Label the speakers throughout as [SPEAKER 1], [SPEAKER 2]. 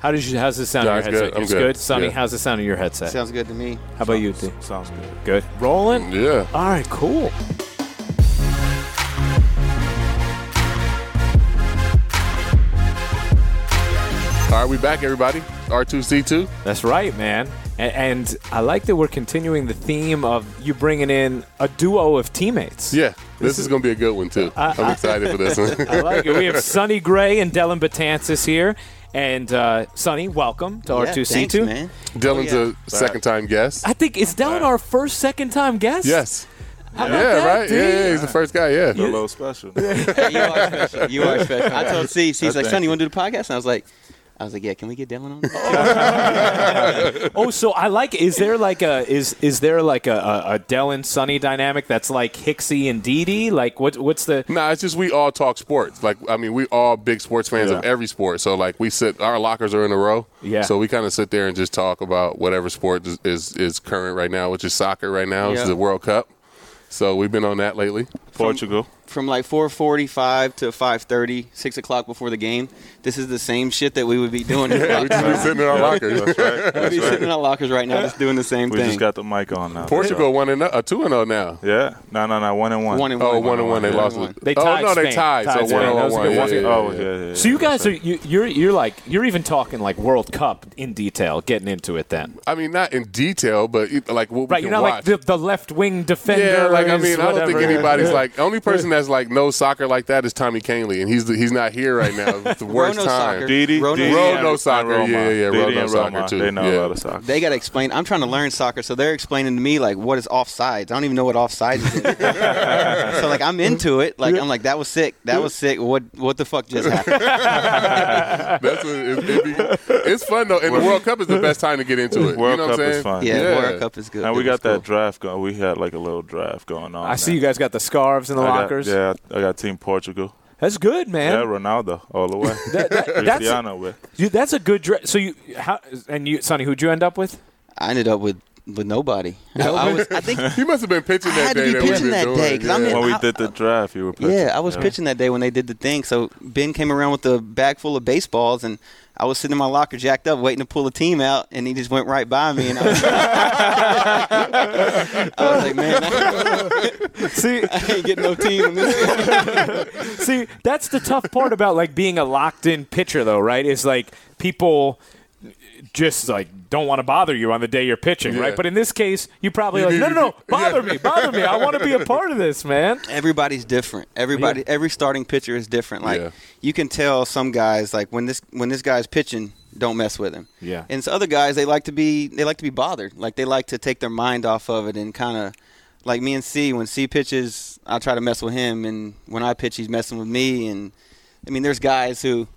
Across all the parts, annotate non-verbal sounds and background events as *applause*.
[SPEAKER 1] How does you, how's it sound in
[SPEAKER 2] No,
[SPEAKER 1] your
[SPEAKER 2] it's
[SPEAKER 1] headset?
[SPEAKER 2] good. I'm
[SPEAKER 1] it's
[SPEAKER 2] good.
[SPEAKER 1] good. Sonny,
[SPEAKER 2] Yeah.
[SPEAKER 1] how's it sound in your headset?
[SPEAKER 3] Sounds good to me.
[SPEAKER 1] How about you, D?
[SPEAKER 4] Sounds good.
[SPEAKER 1] Good. Rolling?
[SPEAKER 2] Yeah.
[SPEAKER 1] All right, cool.
[SPEAKER 2] All right, we back, everybody. R2C2.
[SPEAKER 1] That's right, man. And, and I like that we're continuing the theme of you bringing in a duo of teammates.
[SPEAKER 2] Yeah, this is going to be a good one, too. I'm excited for this
[SPEAKER 1] I
[SPEAKER 2] one.
[SPEAKER 1] like it. We have Sonny Gray and Dylan Batansis here. And uh, Sonny, welcome to
[SPEAKER 3] Yeah,
[SPEAKER 1] R2C2.
[SPEAKER 3] thanks, *laughs* man.
[SPEAKER 2] Dylan's
[SPEAKER 3] Oh, yeah.
[SPEAKER 2] a second time guest.
[SPEAKER 1] I think is Dylan our first second time guest?
[SPEAKER 2] Yes.
[SPEAKER 1] How about
[SPEAKER 2] Yeah,
[SPEAKER 1] that,
[SPEAKER 2] right? Yeah,
[SPEAKER 1] dude?
[SPEAKER 2] yeah, he's the first guy,
[SPEAKER 4] They're a
[SPEAKER 2] yeah.
[SPEAKER 4] little special.
[SPEAKER 3] Hey, you are special. You are special. I told C, C's like,
[SPEAKER 4] Thank
[SPEAKER 3] Sonny, you want to do the podcast? And I was like, I was like, yeah, can we get Dylan on?
[SPEAKER 1] Oh, so I like. Is there like a is is there like a, a, a Dylan Sonny dynamic that's like Hixie and Dee Dee? Like what what's the
[SPEAKER 2] Nah, it's just we all talk sports. Like, I mean, we all big sports fans of
[SPEAKER 4] Yeah.
[SPEAKER 2] every sport. So, like, we sit, our lockers are in a row.
[SPEAKER 1] Yeah.
[SPEAKER 2] So we kind of sit there and just talk about whatever sport is, is, is current right now, which is soccer right now. It's
[SPEAKER 3] Yeah.
[SPEAKER 2] the World Cup. So we've been on that lately.
[SPEAKER 4] Portugal.
[SPEAKER 3] *laughs* From like 4:45 to 5:30, six o'clock before the game. This is the same shit that we would be
[SPEAKER 4] *laughs*
[SPEAKER 3] doing.
[SPEAKER 2] Yeah, we just be sitting in our lockers.
[SPEAKER 4] That's right.
[SPEAKER 3] We'd
[SPEAKER 4] That's
[SPEAKER 3] be
[SPEAKER 4] right.
[SPEAKER 3] sitting in our lockers right now, just doing the same
[SPEAKER 4] We
[SPEAKER 3] thing.
[SPEAKER 4] just got the mic on now.
[SPEAKER 2] Portugal one and uh, two and zero now.
[SPEAKER 4] Yeah. No, no, no. One and one.
[SPEAKER 3] one and
[SPEAKER 2] Oh,
[SPEAKER 3] one.
[SPEAKER 2] one and one. They
[SPEAKER 4] Yeah.
[SPEAKER 2] lost.
[SPEAKER 3] One.
[SPEAKER 2] it.
[SPEAKER 1] They
[SPEAKER 2] oh
[SPEAKER 1] tied
[SPEAKER 2] no, they
[SPEAKER 1] Spain.
[SPEAKER 2] tied.
[SPEAKER 1] Tied
[SPEAKER 2] so
[SPEAKER 1] Spain.
[SPEAKER 2] one
[SPEAKER 1] That
[SPEAKER 2] on
[SPEAKER 1] was a
[SPEAKER 2] one.
[SPEAKER 1] good
[SPEAKER 2] Yeah,
[SPEAKER 1] one.
[SPEAKER 2] yeah,
[SPEAKER 4] Oh, yeah,
[SPEAKER 2] yeah.
[SPEAKER 4] yeah, yeah.
[SPEAKER 1] So you guys are you, you're you're like you're even talking like World Cup in detail, getting into it then.
[SPEAKER 2] I mean, not in detail, but you- like what
[SPEAKER 1] Right,
[SPEAKER 2] we
[SPEAKER 1] you're not
[SPEAKER 2] can
[SPEAKER 1] like
[SPEAKER 2] watch.
[SPEAKER 1] the, the left wing defender.
[SPEAKER 2] yeah, like I
[SPEAKER 1] is
[SPEAKER 2] mean, I don't think
[SPEAKER 1] whatever.
[SPEAKER 2] anybody's like. Only person that's like knows soccer like that is Tommy Canley, and he's the, he's not here right now. It's
[SPEAKER 3] *laughs*
[SPEAKER 2] the worst
[SPEAKER 3] Rono
[SPEAKER 2] time.
[SPEAKER 3] soccer.
[SPEAKER 4] Didi,
[SPEAKER 3] Rono-
[SPEAKER 4] Didi
[SPEAKER 2] Rono
[SPEAKER 4] and- and
[SPEAKER 2] soccer,
[SPEAKER 4] Roma.
[SPEAKER 2] yeah, yeah,
[SPEAKER 4] Didi
[SPEAKER 2] Rono
[SPEAKER 4] and
[SPEAKER 2] soccer,
[SPEAKER 4] Roma.
[SPEAKER 2] too.
[SPEAKER 4] They know
[SPEAKER 2] Yeah.
[SPEAKER 4] a lot of soccer.
[SPEAKER 3] They got to explain. I'm trying to learn soccer, so they're explaining to me like what is offsides. I don't even know what offsides
[SPEAKER 4] *laughs*
[SPEAKER 3] is. so like I'm into it. Like I'm like that was sick. That was sick. What what the fuck just
[SPEAKER 4] *laughs*
[SPEAKER 3] happened?
[SPEAKER 2] That's what it, it be, it's fun though, and the World Cup is the best time to get into it. you
[SPEAKER 4] World
[SPEAKER 2] know
[SPEAKER 4] Cup
[SPEAKER 2] what I'm
[SPEAKER 4] is
[SPEAKER 2] saying?
[SPEAKER 4] fun.
[SPEAKER 3] Yeah,
[SPEAKER 2] Yeah.
[SPEAKER 3] World Cup is good.
[SPEAKER 4] And we
[SPEAKER 3] It
[SPEAKER 4] got
[SPEAKER 3] was cool.
[SPEAKER 4] that draft going. We had like a little draft going on.
[SPEAKER 1] *laughs* I see you guys got the scarves in the
[SPEAKER 4] I got,
[SPEAKER 1] lockers.
[SPEAKER 4] yeah, I got Team Portugal.
[SPEAKER 1] That's good,
[SPEAKER 4] Yeah,
[SPEAKER 1] man.
[SPEAKER 4] Ronaldo all the way.
[SPEAKER 1] that's-
[SPEAKER 4] Cristiano with.
[SPEAKER 1] You- that's a good dress. So you how and you Sonny, who'd you end up with?
[SPEAKER 3] I ended up with with nobody. I, I was. I think.
[SPEAKER 2] You must have been pitching
[SPEAKER 3] I
[SPEAKER 2] that
[SPEAKER 3] had to
[SPEAKER 2] day.
[SPEAKER 3] be
[SPEAKER 2] that we've
[SPEAKER 3] pitching
[SPEAKER 2] been
[SPEAKER 3] that
[SPEAKER 2] doing,
[SPEAKER 3] day, 'cause I'm
[SPEAKER 2] yeah.
[SPEAKER 3] in-
[SPEAKER 4] When we
[SPEAKER 3] I-
[SPEAKER 4] did the draft, you were pitching.
[SPEAKER 3] Yeah, I was pitching that day when they did the thing. So Ben came around with a bag full of baseballs, and I was sitting in my locker, jacked up, waiting to pull a team out, and he just went right by me, and I was, *laughs* I was like, "Man, I,
[SPEAKER 1] *laughs* See,
[SPEAKER 3] I ain't getting no team." in this."
[SPEAKER 1] See, that's the tough part about like being a locked in pitcher though, right? Is like people just like don't want to bother you on the day you're pitching,
[SPEAKER 2] Yeah.
[SPEAKER 1] right? But in this case, you probably
[SPEAKER 2] You
[SPEAKER 1] like, no,
[SPEAKER 2] need
[SPEAKER 1] no, no,
[SPEAKER 2] to-
[SPEAKER 1] bother
[SPEAKER 2] *laughs* Yeah.
[SPEAKER 1] me, bother me. I want to be a part of this, man.
[SPEAKER 3] Everybody's different. Everybody, every starting pitcher is different. Like
[SPEAKER 2] Yeah.
[SPEAKER 3] you can tell some guys, like when this when this guy's pitching, don't mess with him.
[SPEAKER 1] Yeah.
[SPEAKER 3] And so other guys, they like to be they like to be bothered. Like they like to take their mind off of it and kind of like me and C. When C pitches, I try to mess with him, and when I pitch, he's messing with me. And I mean, there's guys who,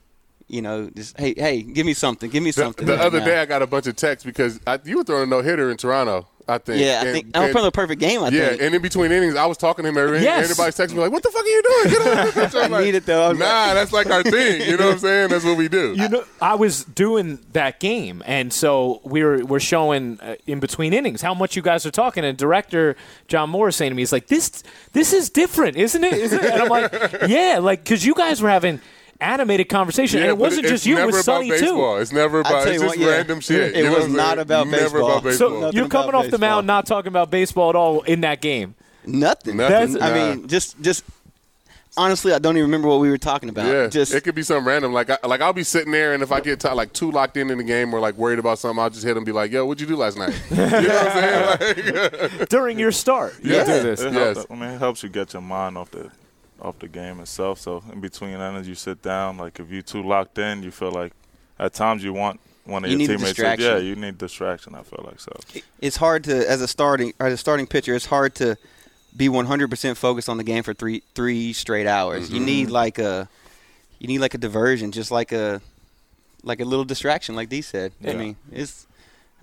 [SPEAKER 3] you know, just hey, hey, give me something, give me
[SPEAKER 2] The,
[SPEAKER 3] something.
[SPEAKER 2] the
[SPEAKER 3] right
[SPEAKER 2] other
[SPEAKER 3] now.
[SPEAKER 2] day, I got a bunch of texts because I, you were throwing a no hitter in Toronto. I think.
[SPEAKER 3] yeah, I
[SPEAKER 2] And-
[SPEAKER 3] think I'm
[SPEAKER 2] and-
[SPEAKER 3] from the perfect game. I
[SPEAKER 2] yeah,
[SPEAKER 3] think.
[SPEAKER 2] and in between innings, I was talking to him. Every,
[SPEAKER 1] Yes.
[SPEAKER 2] Everybody's texting me like, "What the fuck are you doing? Get on the
[SPEAKER 3] *laughs*
[SPEAKER 2] pitch." I'm
[SPEAKER 3] I
[SPEAKER 2] like,
[SPEAKER 3] need it, though. I was
[SPEAKER 2] nah, that's like our thing. You know what I'm saying? That's what we do.
[SPEAKER 1] You know, I was doing that game, and so we were we're showing uh, in between innings how much you guys are talking. And director John Moore saying to me, "He's like this this is different, isn't it?" Isn't it? And I'm
[SPEAKER 2] *laughs*
[SPEAKER 1] like, "Yeah, like because you guys were having." Animated conversation, and it
[SPEAKER 2] but
[SPEAKER 1] wasn't
[SPEAKER 2] it's
[SPEAKER 1] just you; it
[SPEAKER 2] never
[SPEAKER 1] was
[SPEAKER 2] about
[SPEAKER 1] Sonny too.
[SPEAKER 2] baseball. It's never
[SPEAKER 3] tell
[SPEAKER 2] about.
[SPEAKER 3] you
[SPEAKER 2] It's
[SPEAKER 3] what,
[SPEAKER 2] just
[SPEAKER 3] yeah.
[SPEAKER 2] random shit.
[SPEAKER 3] It
[SPEAKER 2] you know
[SPEAKER 3] was
[SPEAKER 2] what I'm
[SPEAKER 3] not
[SPEAKER 2] saying?
[SPEAKER 3] about
[SPEAKER 2] Never
[SPEAKER 3] baseball.
[SPEAKER 2] about
[SPEAKER 1] So
[SPEAKER 2] baseball.
[SPEAKER 3] Nothing
[SPEAKER 1] you're coming
[SPEAKER 3] about
[SPEAKER 1] off the mound
[SPEAKER 3] baseball.
[SPEAKER 1] not talking about baseball at all in that game.
[SPEAKER 3] Nothing.
[SPEAKER 2] Nothing.
[SPEAKER 3] I
[SPEAKER 2] Nah.
[SPEAKER 3] mean, just just honestly, I don't even remember what we were talking about.
[SPEAKER 2] yeah,
[SPEAKER 3] Just
[SPEAKER 2] it could be something random. Like, I, like I'll be sitting there, and if I get t- like too locked in in the game or like worried about something, I'll just hit him and be like, "Yo, what'd you do last night?" You know what I'm saying? Like,
[SPEAKER 1] During your start, you
[SPEAKER 2] Yeah.
[SPEAKER 1] do this.
[SPEAKER 4] It
[SPEAKER 2] Yes.
[SPEAKER 4] helps- I mean, it helps you get your mind off the off the game itself. So in between innings, you sit down. Like if you too locked in, you feel like at times you want one of
[SPEAKER 3] You
[SPEAKER 4] your
[SPEAKER 3] need
[SPEAKER 4] teammates. to,
[SPEAKER 3] distraction.
[SPEAKER 4] yeah, you need distraction. I feel like so.
[SPEAKER 3] it's hard to as a starting as a starting pitcher, it's hard to be 100% focused on the game for three three straight hours. You need like a you need like a diversion, just like a like a little distraction, like D said. I
[SPEAKER 4] Yeah.
[SPEAKER 3] mean, it's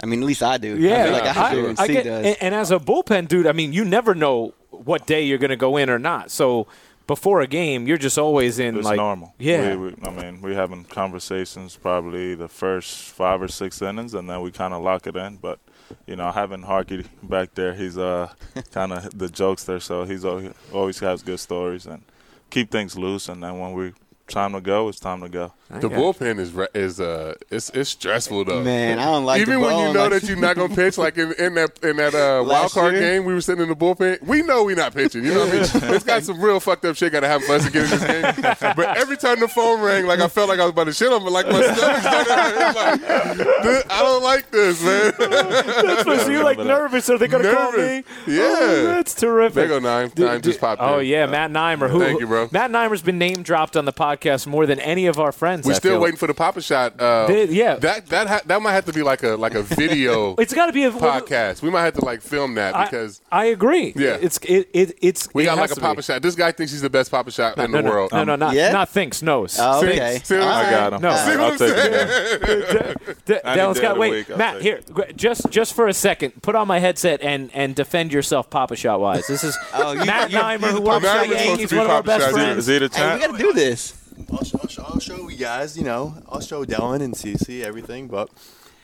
[SPEAKER 3] I mean at least I do. I
[SPEAKER 1] Yeah,
[SPEAKER 3] feel like I, have to, and
[SPEAKER 1] I
[SPEAKER 3] C
[SPEAKER 1] get-
[SPEAKER 3] does.
[SPEAKER 1] and, and as a bullpen dude, I mean, you never know what day you're going to go in or not. So before a game, you're just always in
[SPEAKER 4] It's
[SPEAKER 1] like
[SPEAKER 4] normal.
[SPEAKER 1] Yeah,
[SPEAKER 4] We, we, I mean, we having conversations probably the first five or six innings, and then we kind of lock it in. But you know, having Harkey back there,
[SPEAKER 3] *laughs*
[SPEAKER 4] he's uh kind of the jokester, so he's al- always has good stories and keep things loose. And then when we time to go, it's time to go.
[SPEAKER 3] *laughs*
[SPEAKER 2] The bullpen is re- is uh it's it's stressful though.
[SPEAKER 3] Man, I don't like
[SPEAKER 2] Even
[SPEAKER 3] the
[SPEAKER 2] when
[SPEAKER 3] ball.
[SPEAKER 2] you know
[SPEAKER 3] Like-
[SPEAKER 2] that you're not gonna pitch, like in, in that in that uh, wild
[SPEAKER 3] Last
[SPEAKER 2] card
[SPEAKER 3] year?
[SPEAKER 2] game, we were sitting in the bullpen. We know we're not pitching. You know what
[SPEAKER 3] *laughs*
[SPEAKER 2] I mean? It's got some real fucked up shit got to happen for us to get in this game. But every time the phone rang, like I felt like I was about to shit on, but like my stomach *laughs* started hurting. Like, "This- I don't like this, man.
[SPEAKER 1] so you're like nervous. Are they going to call me?
[SPEAKER 2] Nervous. Yeah.
[SPEAKER 1] Oh, that's terrific.
[SPEAKER 2] there go nine. Nine just popped.
[SPEAKER 1] Oh
[SPEAKER 2] in.
[SPEAKER 1] yeah, Matt Neimer. Who,
[SPEAKER 2] Thank you, bro.
[SPEAKER 1] Matt Neimer's been name dropped on the podcast more than any of our friends.
[SPEAKER 2] We're
[SPEAKER 1] I
[SPEAKER 2] still
[SPEAKER 1] feel.
[SPEAKER 2] waiting for the Papa Shot. Uh,
[SPEAKER 1] They- yeah.
[SPEAKER 2] that that ha- that might have to be like a like a video
[SPEAKER 1] *laughs* It's got to be a
[SPEAKER 2] podcast. We might have to like film that
[SPEAKER 1] I-
[SPEAKER 2] because
[SPEAKER 1] I, agree.
[SPEAKER 2] Yeah.
[SPEAKER 1] it's it, it it's
[SPEAKER 2] We
[SPEAKER 1] it
[SPEAKER 2] got
[SPEAKER 1] has
[SPEAKER 2] like a
[SPEAKER 1] to be.
[SPEAKER 2] Papa Shot. This guy thinks he's the best Papa Shot in
[SPEAKER 1] No,
[SPEAKER 2] the
[SPEAKER 1] no,
[SPEAKER 2] world.
[SPEAKER 1] no, no, not
[SPEAKER 3] Um, Yeah?
[SPEAKER 1] not thinks, knows.
[SPEAKER 3] Oh,
[SPEAKER 2] Six,
[SPEAKER 3] *laughs* okay.
[SPEAKER 2] six.
[SPEAKER 3] All
[SPEAKER 4] I
[SPEAKER 3] right.
[SPEAKER 4] got him.
[SPEAKER 1] No. See what
[SPEAKER 4] I'll
[SPEAKER 2] I'm
[SPEAKER 4] take
[SPEAKER 2] saying?
[SPEAKER 4] that.
[SPEAKER 1] D-
[SPEAKER 4] I
[SPEAKER 1] Dallas Scott,
[SPEAKER 4] need that in a
[SPEAKER 1] wait,
[SPEAKER 4] week, I'll
[SPEAKER 1] Matt,
[SPEAKER 4] take
[SPEAKER 1] here, gr- just just for a second, put on my headset and and defend yourself, Papa Shot wise.
[SPEAKER 2] *laughs*
[SPEAKER 1] This is
[SPEAKER 3] Oh, you-
[SPEAKER 1] Matt
[SPEAKER 3] you-
[SPEAKER 1] Neimer,
[SPEAKER 3] you
[SPEAKER 1] who
[SPEAKER 3] the
[SPEAKER 1] works
[SPEAKER 2] Papa
[SPEAKER 1] at
[SPEAKER 2] Shot. Neimer's
[SPEAKER 1] Yankees,
[SPEAKER 2] supposed to be
[SPEAKER 1] one of our
[SPEAKER 2] Papa
[SPEAKER 1] best
[SPEAKER 2] Shot, dude.
[SPEAKER 1] friends.
[SPEAKER 4] Is he the
[SPEAKER 5] Hey,
[SPEAKER 4] champ?
[SPEAKER 5] we gotta do this. I'll show, I'll, show, I'll show you guys, you know, I'll show Dylan and Cece everything, but,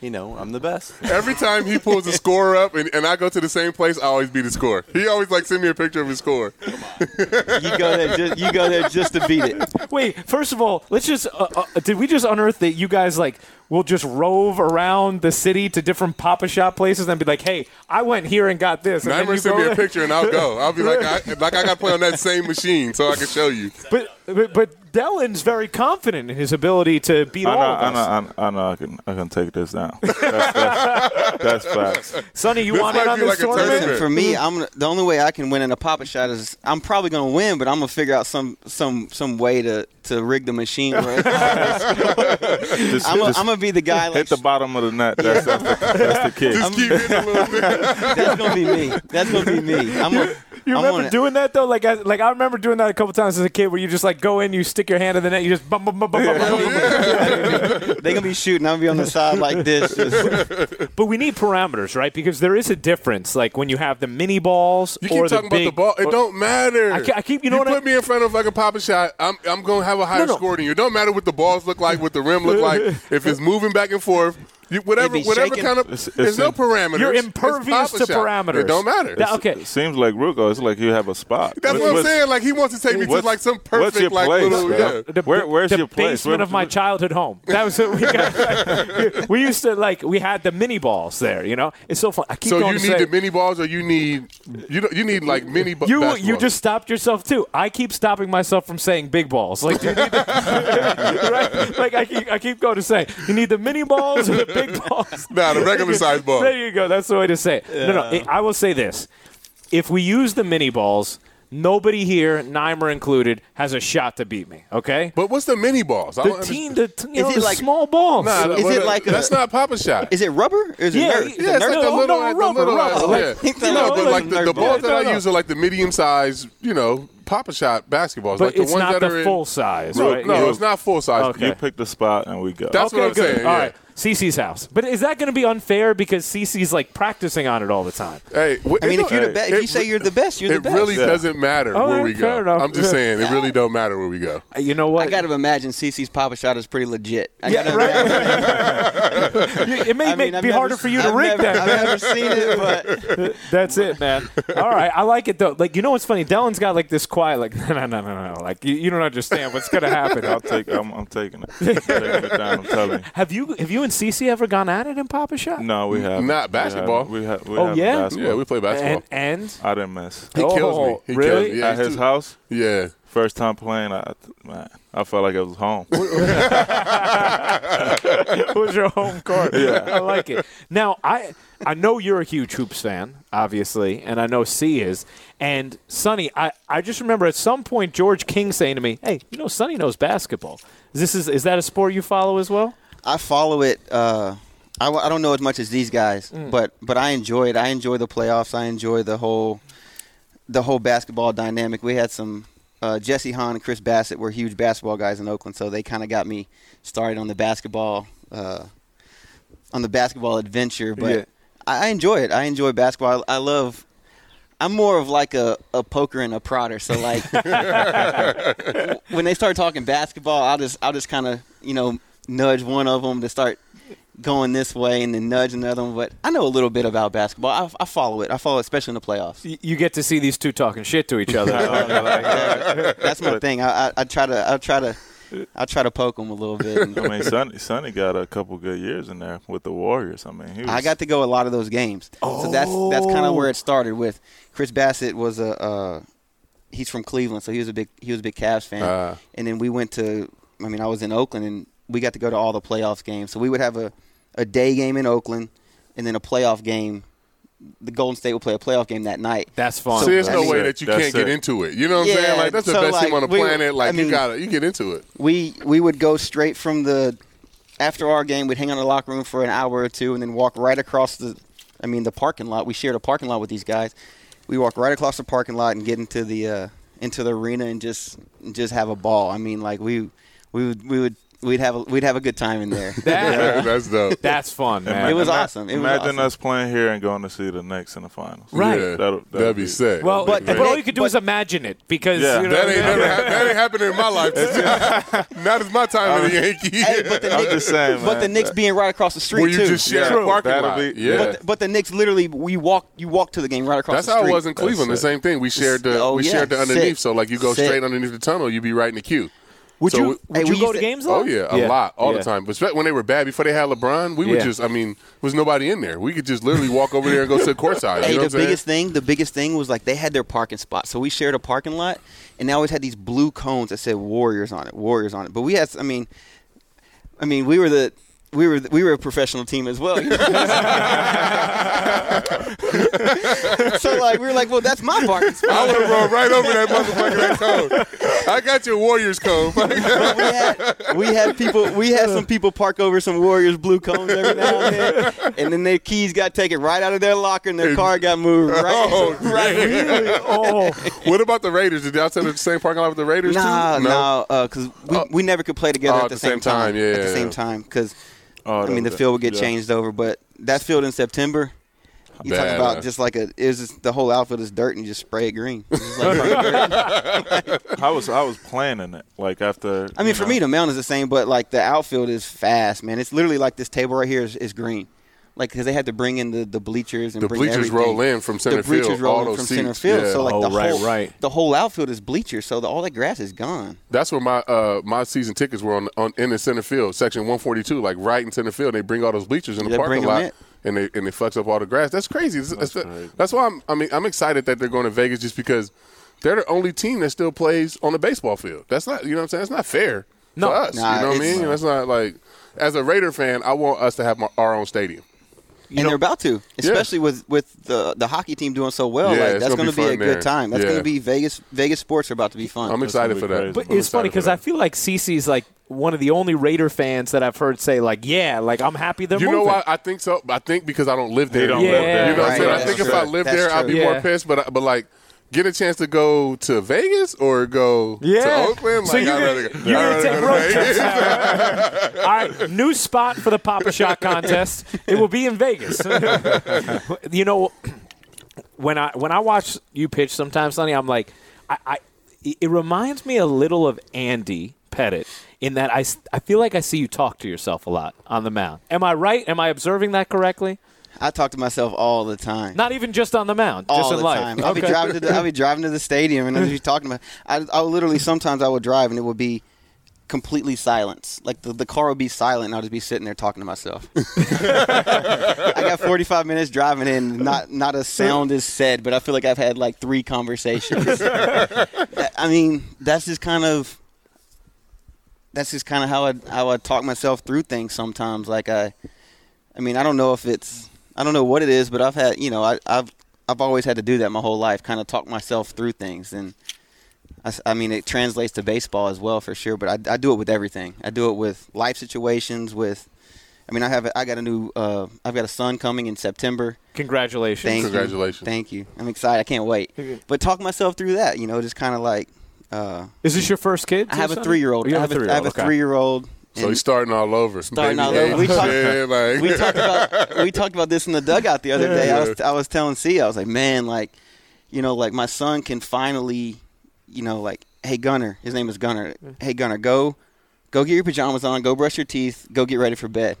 [SPEAKER 5] you know, I'm the best.
[SPEAKER 2] Every time he pulls a score up and, and I go to the same place, I always be the score. He always like send me a picture of his score.
[SPEAKER 3] You go there. Just, you go there just to beat it.
[SPEAKER 1] Wait, first of all, let's just. Uh, uh, did we just unearth that you guys like will just rove around the city to different Papa Shop places and be like, "Hey, I went here and got this." And then
[SPEAKER 2] Neimer
[SPEAKER 1] you
[SPEAKER 2] send
[SPEAKER 1] go
[SPEAKER 2] me a
[SPEAKER 1] there.
[SPEAKER 2] picture and I'll go. I'll be like,
[SPEAKER 1] *laughs*
[SPEAKER 2] I, like I got to play on that same machine so I can show you.
[SPEAKER 1] But but, but Dellen's very confident in his ability to beat
[SPEAKER 4] I
[SPEAKER 1] all
[SPEAKER 4] know,
[SPEAKER 1] of
[SPEAKER 4] I
[SPEAKER 1] us.
[SPEAKER 4] know, I know, I know I can, I can take this down. That's, that's, that's facts.
[SPEAKER 1] Sonny, you
[SPEAKER 2] This
[SPEAKER 1] want in
[SPEAKER 2] might
[SPEAKER 1] on
[SPEAKER 2] be
[SPEAKER 1] this
[SPEAKER 2] like a
[SPEAKER 1] tournament?
[SPEAKER 2] tournament.
[SPEAKER 3] Listen, for me, I'm gonna- the only way I can win in a pop shot is I'm probably gonna win, but I'm gonna figure out some some some way to to rig the machine.
[SPEAKER 1] *laughs*
[SPEAKER 3] Where
[SPEAKER 4] Just,
[SPEAKER 3] I'm, gonna-
[SPEAKER 4] just
[SPEAKER 3] I'm gonna be the guy. Like,
[SPEAKER 4] hit the bottom of the net. That's, that's, the, that's the key.
[SPEAKER 2] Just keep hitting a little bit.
[SPEAKER 3] that's gonna be me. That's gonna
[SPEAKER 1] *laughs*
[SPEAKER 3] be me. I'm gonna,
[SPEAKER 1] You
[SPEAKER 3] I'm
[SPEAKER 1] remember
[SPEAKER 3] gonna-
[SPEAKER 1] doing that though? Like I like I remember doing that a couple times as a kid, where you just like go in, you stick your hand in the net, you just bum bum bum bum bum. bum, bum, bum.
[SPEAKER 3] They gonna be shooting. I'm gonna be on the side
[SPEAKER 1] *laughs*
[SPEAKER 3] like this. just-
[SPEAKER 1] But we need parameters, right? Because there is a difference, like when you have the mini balls
[SPEAKER 2] You
[SPEAKER 1] or
[SPEAKER 2] keep talking
[SPEAKER 1] the
[SPEAKER 2] about
[SPEAKER 1] big.
[SPEAKER 2] the ball. It don't matter.
[SPEAKER 1] I ke- I keep- you know what I-
[SPEAKER 2] put me in front of like a Papa Shot. I'm I'm gonna have a higher
[SPEAKER 1] no.
[SPEAKER 2] score than you. It don't matter what the balls look like, what the rim
[SPEAKER 1] *laughs*
[SPEAKER 2] look like. If it's moving back and forth, you, whatever
[SPEAKER 3] They be
[SPEAKER 2] whatever
[SPEAKER 3] shaking.
[SPEAKER 2] kind of
[SPEAKER 4] It's- it's
[SPEAKER 2] there's no
[SPEAKER 4] in-
[SPEAKER 2] parameters.
[SPEAKER 1] You're
[SPEAKER 2] It's
[SPEAKER 1] impervious
[SPEAKER 2] Papa
[SPEAKER 1] to
[SPEAKER 2] Shot.
[SPEAKER 1] parameters.
[SPEAKER 2] It don't matter.
[SPEAKER 1] That- okay.
[SPEAKER 4] It seems like Rugo. It's like you have a spot.
[SPEAKER 2] That's
[SPEAKER 4] What-
[SPEAKER 2] what, I'm
[SPEAKER 4] what's-
[SPEAKER 2] saying. Like he wants to take me to
[SPEAKER 4] what's-
[SPEAKER 2] like some
[SPEAKER 4] what's
[SPEAKER 2] perfect
[SPEAKER 4] your
[SPEAKER 2] like
[SPEAKER 4] place,
[SPEAKER 2] little
[SPEAKER 4] bro?
[SPEAKER 2] yeah.
[SPEAKER 1] The,
[SPEAKER 4] Where- where's
[SPEAKER 1] the
[SPEAKER 4] your place?
[SPEAKER 1] basement
[SPEAKER 4] Where-
[SPEAKER 1] of my childhood home. That was what we got. *laughs* we used to like we had the mini balls there. You know, it's so fun. I keep
[SPEAKER 2] So you
[SPEAKER 1] going
[SPEAKER 2] need
[SPEAKER 1] to say,
[SPEAKER 2] the mini balls, or you need you don't, you need like mini. ba-
[SPEAKER 1] you you
[SPEAKER 2] basketballs.
[SPEAKER 1] just stopped yourself too. I keep stopping myself from saying big balls. Like, do you need the, *laughs* right? like I keep I keep going to say you need the mini balls or the big *laughs* balls.
[SPEAKER 2] nah the
[SPEAKER 1] *laughs*
[SPEAKER 2] regular size ball.
[SPEAKER 1] There you go. That's the way to say it. No, no. I I will say this: if we use the mini balls, nobody here, Neimer included, has a shot to beat me. Okay.
[SPEAKER 2] But what's the mini balls? I
[SPEAKER 1] The
[SPEAKER 2] don't
[SPEAKER 1] team,
[SPEAKER 2] understand.
[SPEAKER 1] the, t- you know,
[SPEAKER 3] it
[SPEAKER 1] the
[SPEAKER 3] like-
[SPEAKER 1] small balls.
[SPEAKER 2] Nah,
[SPEAKER 3] Is
[SPEAKER 2] what-
[SPEAKER 3] it like a-
[SPEAKER 2] that's not Papa Shot.
[SPEAKER 3] is it rubber or is
[SPEAKER 1] Yeah,
[SPEAKER 3] it nerd?
[SPEAKER 1] yeah,
[SPEAKER 2] it's
[SPEAKER 1] it's
[SPEAKER 2] like
[SPEAKER 1] no,
[SPEAKER 2] the little,
[SPEAKER 1] no,
[SPEAKER 2] the
[SPEAKER 1] rubber,
[SPEAKER 2] little
[SPEAKER 1] rubber,
[SPEAKER 2] ass,
[SPEAKER 1] like-
[SPEAKER 2] yeah. no,
[SPEAKER 3] you know,
[SPEAKER 2] but
[SPEAKER 3] like
[SPEAKER 2] like the, the
[SPEAKER 3] nerf ball.
[SPEAKER 2] balls that
[SPEAKER 1] No,
[SPEAKER 2] I
[SPEAKER 1] no.
[SPEAKER 2] use are like the medium size, you know, Papa Shot basketballs.
[SPEAKER 1] but
[SPEAKER 2] like the
[SPEAKER 1] it's
[SPEAKER 2] ones
[SPEAKER 1] not
[SPEAKER 2] that
[SPEAKER 1] the
[SPEAKER 2] are in-
[SPEAKER 1] full size,
[SPEAKER 2] No,
[SPEAKER 1] right?
[SPEAKER 2] no,
[SPEAKER 1] Yeah.
[SPEAKER 2] it's not full size.
[SPEAKER 1] Okay.
[SPEAKER 4] You pick the spot and we go.
[SPEAKER 2] That's what I'm
[SPEAKER 1] good.
[SPEAKER 2] saying,
[SPEAKER 1] All
[SPEAKER 2] yeah.
[SPEAKER 1] right, Cece's house. But is that going to be unfair because Cece's like practicing on it all the time?
[SPEAKER 2] Hey, wh-
[SPEAKER 3] I mean,
[SPEAKER 2] it
[SPEAKER 3] if you're the
[SPEAKER 2] don't-
[SPEAKER 3] best,
[SPEAKER 2] it
[SPEAKER 3] if you say you're the best, you're the
[SPEAKER 2] It
[SPEAKER 3] best.
[SPEAKER 2] really
[SPEAKER 4] Yeah.
[SPEAKER 2] doesn't matter
[SPEAKER 1] All
[SPEAKER 2] where
[SPEAKER 1] right,
[SPEAKER 2] we
[SPEAKER 1] fair
[SPEAKER 2] go.
[SPEAKER 1] enough.
[SPEAKER 2] I'm
[SPEAKER 1] *laughs*
[SPEAKER 2] just
[SPEAKER 1] Yeah.
[SPEAKER 2] saying, it really don't matter where we go.
[SPEAKER 1] Uh, You know what?
[SPEAKER 3] I gotta imagine CC's Papa Shot is pretty legit. I gotta
[SPEAKER 1] right?
[SPEAKER 3] imagine. *laughs*
[SPEAKER 1] *laughs* You- it may
[SPEAKER 3] I
[SPEAKER 1] make,
[SPEAKER 3] mean, I've
[SPEAKER 1] be
[SPEAKER 3] never
[SPEAKER 1] harder for you to
[SPEAKER 3] I've
[SPEAKER 1] rig
[SPEAKER 3] never-
[SPEAKER 1] that.
[SPEAKER 3] I've never seen it, but
[SPEAKER 1] That's it, man. All right, I like it though. Like you know what's funny? Dellen's got like this quiet, like *laughs* no, no, no, no, no. Like you, you don't understand what's gonna
[SPEAKER 4] I'll
[SPEAKER 1] happen.
[SPEAKER 4] take. I'm, I'm taking it. I'm taking it down. I'm telling you.
[SPEAKER 1] have you have you and Cece ever gone at it in Papa Shop?
[SPEAKER 4] No, we have
[SPEAKER 2] not basketball.
[SPEAKER 4] We have. We
[SPEAKER 1] Oh,
[SPEAKER 4] have
[SPEAKER 1] yeah?
[SPEAKER 4] Basketball.
[SPEAKER 2] Yeah, we play
[SPEAKER 1] And
[SPEAKER 2] basketball. *laughs*
[SPEAKER 1] and
[SPEAKER 4] I didn't miss.
[SPEAKER 2] He kills me.
[SPEAKER 1] Oh,
[SPEAKER 2] He
[SPEAKER 1] really?
[SPEAKER 2] kills me.
[SPEAKER 4] At
[SPEAKER 2] Yeah, he's
[SPEAKER 4] his
[SPEAKER 2] too-
[SPEAKER 4] house,
[SPEAKER 2] yeah.
[SPEAKER 4] first time playing, I man, I felt like I was home.
[SPEAKER 1] was your home court. I like it. Now I I know you're a huge hoops fan, obviously, and I know C is. And Sonny, I, I just remember at some point George King saying to me, Hey, you know Sonny knows basketball. Is this is is that a sport you follow as well?
[SPEAKER 3] I follow it. Uh, I, I don't know as much as these guys, but but I enjoy it. I enjoy the playoffs. I enjoy the whole the whole basketball dynamic. We had some uh, Jesse Hahn and Chris Bassett were huge basketball guys in Oakland, so they kind of got me started on the basketball uh, on the basketball adventure. But
[SPEAKER 4] Yeah.
[SPEAKER 3] I, I enjoy it. I enjoy basketball. I, I love. I'm more of like a, a poker and a prodder. So like when they start talking basketball, I'll just I'll just kind of you know nudge one of them to start going this way and then nudge another one. But I know a little bit about basketball. I, I follow it. I follow, it, especially in the playoffs.
[SPEAKER 1] Y- You get to
[SPEAKER 2] *laughs*
[SPEAKER 1] see these two talking shit to each other.
[SPEAKER 3] That's my thing. I, I, I try to I try to I try to poke him a little bit. and-
[SPEAKER 4] I mean, Sonny, Sonny got a couple good years in there with the Warriors. I mean, he was,
[SPEAKER 3] I got to go a lot of those games. So that's that's kind of where it started with. Chris Bassett was a uh, he's from Cleveland, so he was a big he was a big Cavs fan.
[SPEAKER 4] Uh.
[SPEAKER 2] Ah.
[SPEAKER 3] and then we went to I mean I was in Oakland and we got to go to all the playoffs games. So we would have a a day game in Oakland and then a playoff game. The Golden State would play a playoff game that night.
[SPEAKER 1] That's fun.
[SPEAKER 3] So
[SPEAKER 2] See, there's
[SPEAKER 3] I
[SPEAKER 2] no
[SPEAKER 3] mean-
[SPEAKER 2] way that you
[SPEAKER 4] That's
[SPEAKER 2] can't get
[SPEAKER 4] it.
[SPEAKER 2] into it. You know what I'm saying?
[SPEAKER 3] Yeah,
[SPEAKER 2] Like that's the
[SPEAKER 3] so,
[SPEAKER 2] best team
[SPEAKER 3] like,
[SPEAKER 2] on the
[SPEAKER 3] we-
[SPEAKER 2] planet. Like
[SPEAKER 3] I
[SPEAKER 2] you
[SPEAKER 3] mean-
[SPEAKER 2] gotta you get into
[SPEAKER 3] *laughs*
[SPEAKER 2] it.
[SPEAKER 3] we we would go straight from the after our game we'd hang out in the locker room for an hour or two and then walk right across the i mean the parking lot we shared a parking lot with these guys we walk right across the parking lot and get into the uh, into the arena and just and just have a ball i mean like we we would we would we'd have a, we'd have a good time in
[SPEAKER 2] *laughs*
[SPEAKER 3] there
[SPEAKER 1] That-
[SPEAKER 2] That's dope.
[SPEAKER 1] that's fun, man.
[SPEAKER 3] It was
[SPEAKER 4] Ima-
[SPEAKER 3] awesome. It was
[SPEAKER 4] imagine
[SPEAKER 3] awesome.
[SPEAKER 4] us playing here and going to see the Knicks in the finals.
[SPEAKER 1] Right.
[SPEAKER 2] Yeah,
[SPEAKER 4] That'll-
[SPEAKER 2] that'd,
[SPEAKER 4] that'll
[SPEAKER 2] be
[SPEAKER 4] be-
[SPEAKER 2] sick.
[SPEAKER 1] well,
[SPEAKER 3] But-
[SPEAKER 1] but,
[SPEAKER 3] but-
[SPEAKER 1] all you could do is imagine it because
[SPEAKER 4] Yeah.
[SPEAKER 1] you know
[SPEAKER 2] that
[SPEAKER 1] what I
[SPEAKER 2] ain't
[SPEAKER 1] mean?
[SPEAKER 2] never hap- that ain't happened in my
[SPEAKER 3] *laughs*
[SPEAKER 2] lifetime. Not as my time in the Yankee.
[SPEAKER 3] Hey, but the
[SPEAKER 4] I'm
[SPEAKER 3] Knicks,
[SPEAKER 4] just saying,
[SPEAKER 3] but the
[SPEAKER 4] man.
[SPEAKER 3] Knicks being right across the
[SPEAKER 2] *laughs*
[SPEAKER 3] street
[SPEAKER 2] Where you
[SPEAKER 3] too.
[SPEAKER 2] just share
[SPEAKER 4] Yeah.
[SPEAKER 2] a parking
[SPEAKER 4] That'll
[SPEAKER 2] lot.
[SPEAKER 4] be-
[SPEAKER 2] yeah.
[SPEAKER 4] But
[SPEAKER 3] but, the, but the Knicks literally we walk you walk to the game right across
[SPEAKER 2] That's
[SPEAKER 3] the
[SPEAKER 2] how
[SPEAKER 3] street.
[SPEAKER 2] it was in Cleveland. The
[SPEAKER 4] That's it.
[SPEAKER 2] same thing. We shared the
[SPEAKER 3] Oh,
[SPEAKER 2] we
[SPEAKER 3] yeah.
[SPEAKER 2] shared the underneath.
[SPEAKER 3] Sick.
[SPEAKER 2] So like you go
[SPEAKER 3] Sick.
[SPEAKER 2] straight underneath the tunnel, you be right in the queue.
[SPEAKER 1] Would
[SPEAKER 2] So
[SPEAKER 1] you
[SPEAKER 2] we-
[SPEAKER 1] would
[SPEAKER 3] Hey,
[SPEAKER 1] you go
[SPEAKER 3] we used
[SPEAKER 1] to
[SPEAKER 3] to-
[SPEAKER 1] games? a
[SPEAKER 2] Oh
[SPEAKER 1] lot?
[SPEAKER 2] yeah, a lot all
[SPEAKER 1] Yeah.
[SPEAKER 2] the time. But spe- when they were bad, before they had LeBron, we would
[SPEAKER 1] Yeah.
[SPEAKER 2] just I mean, was nobody in there. We could just literally walk over there and go sit courtside.
[SPEAKER 3] Hey,
[SPEAKER 2] you know what
[SPEAKER 3] the
[SPEAKER 2] I'm saying?
[SPEAKER 3] biggest thing, the biggest thing was like they had their parking spot. So we shared a parking lot, and they always had these blue cones that said Warriors on it, Warriors on it. But we had, I mean, I mean, we were the. We were we were a professional team as well, *laughs* so like we were like, well, that's my parking
[SPEAKER 2] *laughs* I
[SPEAKER 3] spot.
[SPEAKER 2] would have run right over that motherfucker that cone. I got your Warriors cone.
[SPEAKER 3] But we had we had people we had some people park over some Warriors blue cones every now and then, and then their keys got taken right out of their locker and their car got moved right.
[SPEAKER 2] Oh,
[SPEAKER 3] *laughs* right
[SPEAKER 1] Really?
[SPEAKER 2] *laughs*
[SPEAKER 1] Oh,
[SPEAKER 2] *laughs* what about the Raiders? Did y'all sit at the same parking lot with the Raiders
[SPEAKER 3] Nah,
[SPEAKER 2] too? No.
[SPEAKER 3] nah, because we,
[SPEAKER 2] Oh.
[SPEAKER 3] we never could play together
[SPEAKER 2] Oh,
[SPEAKER 3] at the, same, time.
[SPEAKER 2] yeah,
[SPEAKER 3] at the
[SPEAKER 2] yeah,
[SPEAKER 3] same
[SPEAKER 2] yeah.
[SPEAKER 3] time, because
[SPEAKER 4] Oh,
[SPEAKER 3] I mean the
[SPEAKER 4] that-
[SPEAKER 3] field would get
[SPEAKER 4] yeah.
[SPEAKER 3] changed over, but that field in September. You talk
[SPEAKER 2] Bad, huh?
[SPEAKER 3] about just like a is just, the whole outfit is dirt and you just spray it green. It's
[SPEAKER 2] *laughs*
[SPEAKER 3] just like-
[SPEAKER 4] I was I was planning it like after.
[SPEAKER 3] I mean,
[SPEAKER 4] you
[SPEAKER 3] for
[SPEAKER 4] know,
[SPEAKER 3] me the mound is the same, but like the outfield is fast, man. It's literally like this table right here is, is green, like because they had to bring in the, the bleachers and
[SPEAKER 2] The
[SPEAKER 3] bring
[SPEAKER 2] bleachers
[SPEAKER 3] everything.
[SPEAKER 2] roll in from center
[SPEAKER 3] the bleachers
[SPEAKER 2] field.
[SPEAKER 3] roll
[SPEAKER 2] all
[SPEAKER 3] in
[SPEAKER 2] those
[SPEAKER 3] from
[SPEAKER 2] seats.
[SPEAKER 3] center field,
[SPEAKER 2] Yeah.
[SPEAKER 3] so like
[SPEAKER 1] Oh,
[SPEAKER 3] the
[SPEAKER 1] right,
[SPEAKER 3] whole
[SPEAKER 1] right.
[SPEAKER 3] the whole outfield is bleachers, so the, all that grass is gone.
[SPEAKER 2] That's where my uh, my season tickets were on, on in the center field, section 142, like right in center field. They bring all those bleachers in the
[SPEAKER 3] They
[SPEAKER 2] parking
[SPEAKER 3] bring 'em
[SPEAKER 2] lot,
[SPEAKER 3] in.
[SPEAKER 2] and they and they fucks up all the grass. That's crazy. That's, that's,
[SPEAKER 4] crazy.
[SPEAKER 2] that's why I'm I mean I'm excited that they're going to Vegas just because they're the only team that still plays on the baseball field. That's not you know what I'm saying. That's not fair
[SPEAKER 1] No.
[SPEAKER 2] for us.
[SPEAKER 3] Nah,
[SPEAKER 2] you know what I
[SPEAKER 3] it's-
[SPEAKER 2] mean? That's not like as a Raider fan, I want us to have my, our own stadium.
[SPEAKER 3] and they're about to,
[SPEAKER 2] Yeah.
[SPEAKER 3] especially with with the the hockey team doing so well.
[SPEAKER 2] Yeah,
[SPEAKER 3] like
[SPEAKER 2] it's
[SPEAKER 3] that's
[SPEAKER 2] gonna be
[SPEAKER 3] going to be,
[SPEAKER 2] fun
[SPEAKER 3] a
[SPEAKER 2] there.
[SPEAKER 3] good time. That's going
[SPEAKER 2] Yeah.
[SPEAKER 3] to be Vegas. Vegas sports are about to be fun.
[SPEAKER 2] I'm
[SPEAKER 4] That's gonna
[SPEAKER 2] excited
[SPEAKER 4] be
[SPEAKER 2] for
[SPEAKER 4] crazy.
[SPEAKER 2] that.
[SPEAKER 4] But
[SPEAKER 2] I'm
[SPEAKER 1] it's funny
[SPEAKER 2] excited for
[SPEAKER 1] because
[SPEAKER 2] that.
[SPEAKER 1] I feel like Cece's like one of the only Raider fans that I've heard say like, yeah, like I'm happy they're
[SPEAKER 2] You
[SPEAKER 1] moving.
[SPEAKER 2] know why? I think so. I think because I don't live there.
[SPEAKER 4] don't
[SPEAKER 1] live there.
[SPEAKER 2] You know what I'm
[SPEAKER 3] Right,
[SPEAKER 2] saying? I
[SPEAKER 3] that's
[SPEAKER 2] think if
[SPEAKER 4] true.
[SPEAKER 2] I lived
[SPEAKER 3] That's
[SPEAKER 2] there, I'd
[SPEAKER 3] true.
[SPEAKER 2] be more
[SPEAKER 1] Yeah.
[SPEAKER 2] pissed. But I- but like, get a chance to go to Vegas or go
[SPEAKER 1] Yeah.
[SPEAKER 2] to Oakland. Like,
[SPEAKER 1] so you
[SPEAKER 2] I'd
[SPEAKER 1] gonna,
[SPEAKER 2] rather
[SPEAKER 1] you
[SPEAKER 2] go. I'd
[SPEAKER 1] gonna
[SPEAKER 2] rather
[SPEAKER 1] take
[SPEAKER 2] go to
[SPEAKER 1] road trips
[SPEAKER 2] Vegas.
[SPEAKER 1] now. All right, new spot for the Papa Shot contest. It will be in Vegas. *laughs* you know, when I when I watch you pitch sometimes, Sonny, I'm like, I, I it reminds me a little of Andy Pettit in that I, s- I feel like I see you talk to yourself a lot on the mound. Am I right? Am I observing that correctly?
[SPEAKER 3] I talk to myself all the time.
[SPEAKER 1] Not even just on the mound,
[SPEAKER 3] all
[SPEAKER 1] just in
[SPEAKER 3] the
[SPEAKER 1] life.
[SPEAKER 3] time. I'll be
[SPEAKER 1] Okay.
[SPEAKER 3] driving to the I'll be driving to the stadium and I'll be talking about. I I would literally sometimes I would drive and it would be completely silence. Like the, the car would be silent and I'll just be sitting there talking to myself. *laughs* I got 45 minutes driving in. Not not a sound is said, but I feel like I've had like three conversations. That- I mean, that's just kind of that's just kind of how I how I talk myself through things sometimes. Like I, I mean, I don't know if it's I don't know what it is, but I've had you know I, I've I've always had to do that my whole life, kind of talk myself through things, and I, s- I mean it translates to baseball as well for sure. But I, I do it with everything. I do it with life situations. With I mean I have I got a new uh, I've got a son coming in September.
[SPEAKER 1] Congratulations.
[SPEAKER 3] Thank
[SPEAKER 2] Congratulations.
[SPEAKER 3] You. Thank you. I'm excited. I can't wait. But talk myself through that. You know, just kind of like. Uh,
[SPEAKER 1] Is this your first kid?
[SPEAKER 3] I have
[SPEAKER 1] Jason?
[SPEAKER 3] a three year old.
[SPEAKER 1] You
[SPEAKER 3] I have a, I have a
[SPEAKER 1] okay.
[SPEAKER 3] three year old.
[SPEAKER 2] So he's starting all over.
[SPEAKER 3] Starting
[SPEAKER 2] Baby
[SPEAKER 3] all over. We
[SPEAKER 2] H,
[SPEAKER 3] talked-
[SPEAKER 2] yeah, like,
[SPEAKER 3] we talked about we talked about this in the dugout the other day. I was I was telling C, I was like, man, like, you know, like my son can finally, you know, like, hey Gunner, his name is Gunner. Hey Gunner, go, go get your pajamas on, go brush your teeth, go get ready for bed.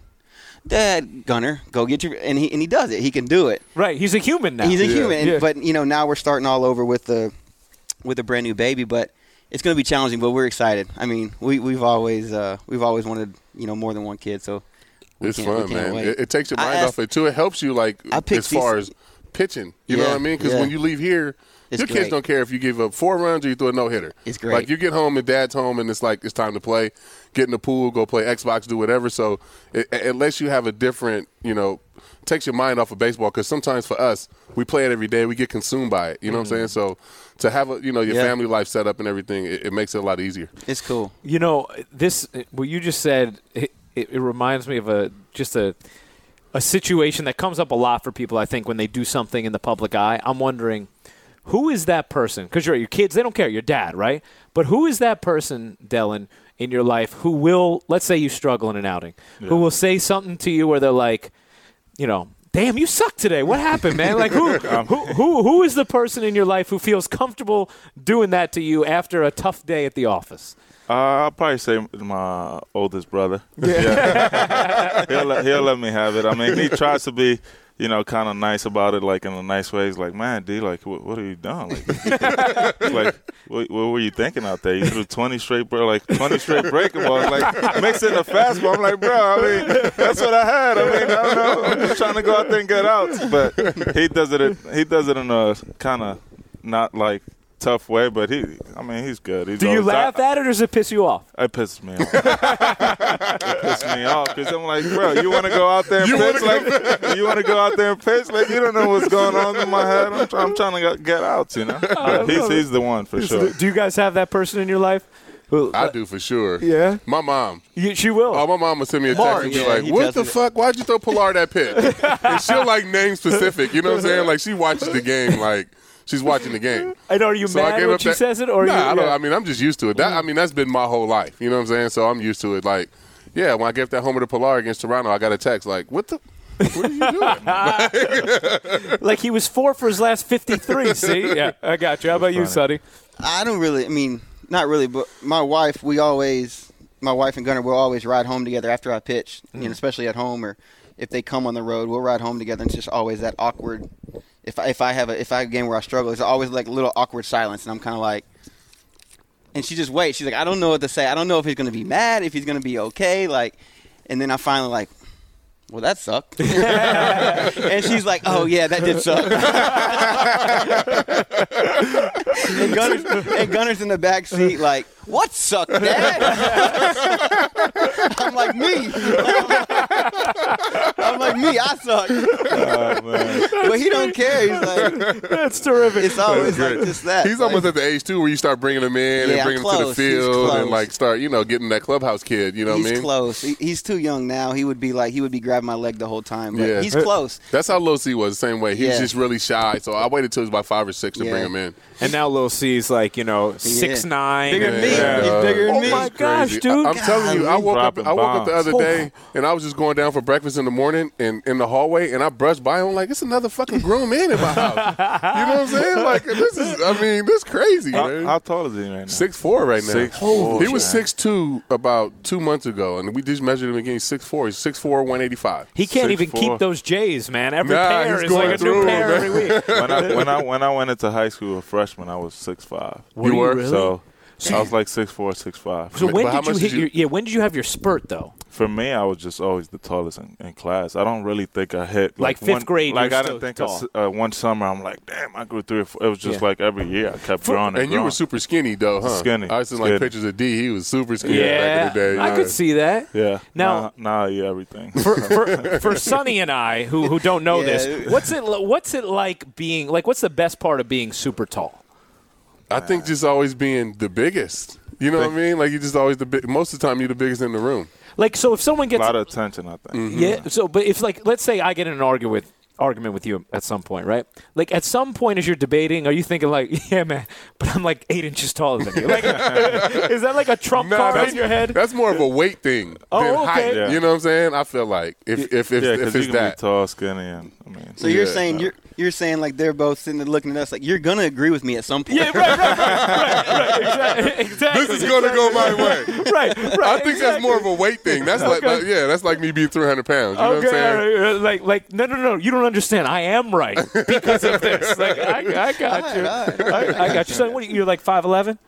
[SPEAKER 3] Dad, Gunner, go get your and he and he does it. He can do it.
[SPEAKER 1] Right, he's a human now.
[SPEAKER 3] He's a
[SPEAKER 2] Yeah.
[SPEAKER 3] human,
[SPEAKER 1] Yeah.
[SPEAKER 3] but you know now we're starting all over with the with a brand new baby. But it's going to be challenging, but we're excited. I mean, we we've always uh, we've always wanted you know more than one kid, so we
[SPEAKER 2] It's
[SPEAKER 3] can't- we
[SPEAKER 2] fun,
[SPEAKER 3] can't
[SPEAKER 2] man.
[SPEAKER 3] wait.
[SPEAKER 2] It, it takes your
[SPEAKER 3] I
[SPEAKER 2] mind
[SPEAKER 3] asked-
[SPEAKER 2] off it too. It helps you like
[SPEAKER 3] I picked
[SPEAKER 2] as far
[SPEAKER 3] these-
[SPEAKER 2] as pitching. You know
[SPEAKER 3] Yeah,
[SPEAKER 2] what I mean? Because
[SPEAKER 3] yeah.
[SPEAKER 2] when you leave here,
[SPEAKER 3] It's
[SPEAKER 2] your kids
[SPEAKER 3] great.
[SPEAKER 2] don't care if you give up four runs or you throw a no hitter.
[SPEAKER 3] It's great.
[SPEAKER 2] Like you get home and dad's home and it's like it's time to play. Get in the pool, go play Xbox, do whatever. So it, it it lets you have a different, you know, takes your mind off of baseball. Because sometimes for us, we play it every day. We get consumed by it. You know what I'm saying? So to have a, you know your
[SPEAKER 3] Mm-hmm. Yeah.
[SPEAKER 2] family life set up and everything, it, it makes it a lot easier.
[SPEAKER 3] it's cool.
[SPEAKER 1] You know, this what you just said. It, it, it reminds me of a just a a situation that comes up a lot for people. I think when they do something in the public eye, I'm wondering who is that person? Because you're your kids, they don't care. Your dad, right? But who is that person, Dylan, in your life who will? Let's say you struggle in an outing, who will say something to you where they're like, you know. Damn, you suck today. What happened, man? Like who, who, who, who is the person in your life who feels comfortable doing that to you after a tough day at the office?
[SPEAKER 4] Uh, I'll probably say my
[SPEAKER 1] *laughs*
[SPEAKER 4] oldest brother. Yeah. he'll, let, he'll let me have it. I mean, he tries to be, you know, kind of nice about it, like in a nice way. He's like, man, D, like, what, what are you doing? Like, it's like what, what were you thinking out there? You threw 20 straight, bro, like 20 straight breakables. Like, mix in a fastball. I'm like, bro, I mean, that's what I had. I mean, I don't know. I'm just trying to go out there and get outs. But he does it, he does it in a kind of not like, Tough way, but he, I mean, he's good. He's
[SPEAKER 1] Do you
[SPEAKER 4] always- I-
[SPEAKER 1] laugh at it or does it piss you off?
[SPEAKER 4] It pissed me off. *laughs* it pissed me off because I'm like, bro, you want to go out there and pitch? Like, you want to go *laughs* out there and pitch? Like, you don't know what's going on in my head. I'm, try- I'm trying to get- get out, *laughs* you know. But he's, Oh, he's the one for sure.
[SPEAKER 1] Do you guys have that person in your life? Who,
[SPEAKER 2] I do for sure.
[SPEAKER 1] Yeah?
[SPEAKER 2] my mom.
[SPEAKER 1] You- she will.
[SPEAKER 2] Oh, my mom would send me a text
[SPEAKER 3] Mark,
[SPEAKER 2] and be
[SPEAKER 3] yeah,
[SPEAKER 2] like,
[SPEAKER 3] he
[SPEAKER 2] "What the
[SPEAKER 1] e-"
[SPEAKER 3] does it.
[SPEAKER 2] fuck? Why'd you throw Pilar that pitch?"
[SPEAKER 1] *laughs*
[SPEAKER 2] and she'll like name specific. You know what I'm saying? Like she watches the game. Like she's watching the game.
[SPEAKER 1] and are you
[SPEAKER 2] So I
[SPEAKER 1] mad
[SPEAKER 2] gave
[SPEAKER 1] when
[SPEAKER 2] up
[SPEAKER 1] she
[SPEAKER 2] that-
[SPEAKER 1] says it, or
[SPEAKER 2] nah,
[SPEAKER 1] you?
[SPEAKER 2] I don't.
[SPEAKER 1] yeah.
[SPEAKER 2] I mean, I'm just used to it. That I mean, that's been my whole life. You know what I'm saying? So I'm used to it. Like, yeah, when I gave that homer to Pilar against Toronto, I got a text like, "What the? What are you doing?"
[SPEAKER 1] like he was four for his last
[SPEAKER 2] *laughs*
[SPEAKER 1] fifty-three. see, yeah, I got you. How about you, Sonny?
[SPEAKER 3] I don't really. I mean, not really. But my wife, we always, my wife and Gunnar will always ride home together after I pitch. You know, especially at home or if they come on the road, we'll ride home together. And it's just always that awkward. If I, if I have a if I have a game where I struggle, it's always like a little awkward silence, and I'm kind of like. And she just waits. She's like, I don't know what to say. I don't know if he's gonna be mad, if he's gonna be okay, like. And then I finally like, well, that sucked. *laughs* and she's like, oh yeah, that did suck. and Gunner's, *laughs* and Gunner's in the back seat, like, what sucked, Dad? I'm like, me. I'm like, me, I suck.
[SPEAKER 4] Oh, *laughs* man.
[SPEAKER 3] But he don't care. He's like,
[SPEAKER 1] That's terrific.
[SPEAKER 3] it's always like just that.
[SPEAKER 2] He's
[SPEAKER 3] like,
[SPEAKER 2] almost at the age too where you start bringing him in and
[SPEAKER 3] Yeah, I'm
[SPEAKER 2] bringing him
[SPEAKER 3] close.
[SPEAKER 2] to
[SPEAKER 3] He's
[SPEAKER 2] the field and
[SPEAKER 3] close.
[SPEAKER 2] like start, you know, getting that clubhouse kid. You know
[SPEAKER 3] He's
[SPEAKER 2] what I mean?
[SPEAKER 3] close. He, he's too young now. He would be like, he would be grabbing my leg the whole time. But
[SPEAKER 2] Yeah.
[SPEAKER 3] he's close.
[SPEAKER 2] That's how Lil C was the same way. He was
[SPEAKER 3] Yeah.
[SPEAKER 2] just really shy. So I waited till he was about five or six to bring
[SPEAKER 3] Yeah.
[SPEAKER 2] him in.
[SPEAKER 1] and now Lil C's like you know six nine.
[SPEAKER 3] Bigger than me.
[SPEAKER 2] Yeah.
[SPEAKER 3] He's bigger than
[SPEAKER 1] Oh
[SPEAKER 3] me.
[SPEAKER 1] my gosh,
[SPEAKER 2] Crazy.
[SPEAKER 1] dude!
[SPEAKER 2] I, am telling you, I woke up.
[SPEAKER 4] Dropping
[SPEAKER 2] I woke up the
[SPEAKER 4] bombs.
[SPEAKER 2] other day, and I was just going down for breakfast in the morning, and in the hallway, and I brushed by. I'm like, it's another fucking grown man in my house. you know what I'm saying? Like this is. I mean, this crazy,
[SPEAKER 4] How,
[SPEAKER 2] man.
[SPEAKER 4] how tall is he right now?
[SPEAKER 2] Six four right now.
[SPEAKER 4] Six four,
[SPEAKER 2] he was
[SPEAKER 4] man.
[SPEAKER 2] six two about two months ago, and we just measured him again. He's six four. He's six four, one eighty five.
[SPEAKER 1] he can't
[SPEAKER 4] Six,
[SPEAKER 1] even
[SPEAKER 4] four.
[SPEAKER 1] keep those J's, man. Every
[SPEAKER 2] Nah,
[SPEAKER 1] pair
[SPEAKER 2] he's
[SPEAKER 1] is
[SPEAKER 2] going
[SPEAKER 1] like a
[SPEAKER 2] through
[SPEAKER 1] new
[SPEAKER 2] 'em,
[SPEAKER 1] pair
[SPEAKER 2] man.
[SPEAKER 1] every
[SPEAKER 2] *laughs*
[SPEAKER 1] week.
[SPEAKER 4] when I when I when I went into high school, a freshman, I was six five.
[SPEAKER 2] you were
[SPEAKER 4] So I was like six four, six five.
[SPEAKER 1] So when
[SPEAKER 2] But how
[SPEAKER 1] did you
[SPEAKER 2] much
[SPEAKER 1] hit
[SPEAKER 2] did you-
[SPEAKER 1] your? Yeah, when did you have your spurt though?
[SPEAKER 4] For me, I was just always the tallest in, in class. I don't really think I hit
[SPEAKER 1] Like fifth
[SPEAKER 4] one,
[SPEAKER 1] grade,
[SPEAKER 4] Like
[SPEAKER 1] you were
[SPEAKER 4] I didn't
[SPEAKER 1] still
[SPEAKER 4] think I s- uh, one summer I'm like, damn, I grew three or four. It was just
[SPEAKER 1] Yeah.
[SPEAKER 4] like every year I kept growing.
[SPEAKER 2] And you
[SPEAKER 4] growing.
[SPEAKER 2] were super skinny though, huh?
[SPEAKER 4] Skinny,
[SPEAKER 2] I seen
[SPEAKER 4] skinny.
[SPEAKER 2] like pictures of D. He was super skinny back in the day. you
[SPEAKER 1] I
[SPEAKER 2] know?
[SPEAKER 1] could see that.
[SPEAKER 4] Yeah.
[SPEAKER 1] Now-
[SPEAKER 4] now, now I eat everything.
[SPEAKER 1] for, for, for Sonny and I, who who don't know
[SPEAKER 3] Yeah.
[SPEAKER 1] this, what's it what's it like being like? What's the best part of being super tall?
[SPEAKER 2] I think just always being the biggest. You know what I mean? Like you just always the big. Most of the time, you're the biggest in the room.
[SPEAKER 1] Like, so if someone
[SPEAKER 4] *laughs* a
[SPEAKER 1] gets
[SPEAKER 4] lot of attention, I think.
[SPEAKER 2] Mm-hmm.
[SPEAKER 1] yeah, so but if like let's say I get in an argument with argument with you at some point, right? Like at some point as you're debating, are you thinking like, *laughs* yeah, man, but I'm like eight inches taller than you? Like, *laughs* is that like a trump card
[SPEAKER 2] that's,
[SPEAKER 1] in your
[SPEAKER 2] *laughs*
[SPEAKER 1] head?
[SPEAKER 2] that's more of a weight thing
[SPEAKER 1] Oh,
[SPEAKER 2] than
[SPEAKER 1] okay.
[SPEAKER 2] height.
[SPEAKER 4] Yeah.
[SPEAKER 2] You know what I'm saying? I feel like if if if,
[SPEAKER 4] Yeah,
[SPEAKER 2] if
[SPEAKER 4] because you
[SPEAKER 2] it's
[SPEAKER 4] can
[SPEAKER 2] that,
[SPEAKER 4] be tall, skinny, and I mean.
[SPEAKER 3] So you're
[SPEAKER 2] Yeah.
[SPEAKER 3] saying you're you're saying like they're both sitting there looking at us like you're gonna agree with me at some point.
[SPEAKER 1] Yeah, right,
[SPEAKER 3] *laughs*
[SPEAKER 1] right, right, right, right, exactly. exactly.
[SPEAKER 2] this is going to go my way.
[SPEAKER 1] right, right.
[SPEAKER 2] I think that's more of a weight thing. That's like, like- yeah, that's like me being 300 pounds. You know what I'm
[SPEAKER 1] Okay,
[SPEAKER 2] saying?
[SPEAKER 1] all right, uh, like, like, no, no, no, you don't understand. I am right
[SPEAKER 2] *laughs*
[SPEAKER 1] because of this. Like, I, I got you. I, I got you. So, what? are you- You're like five eleven?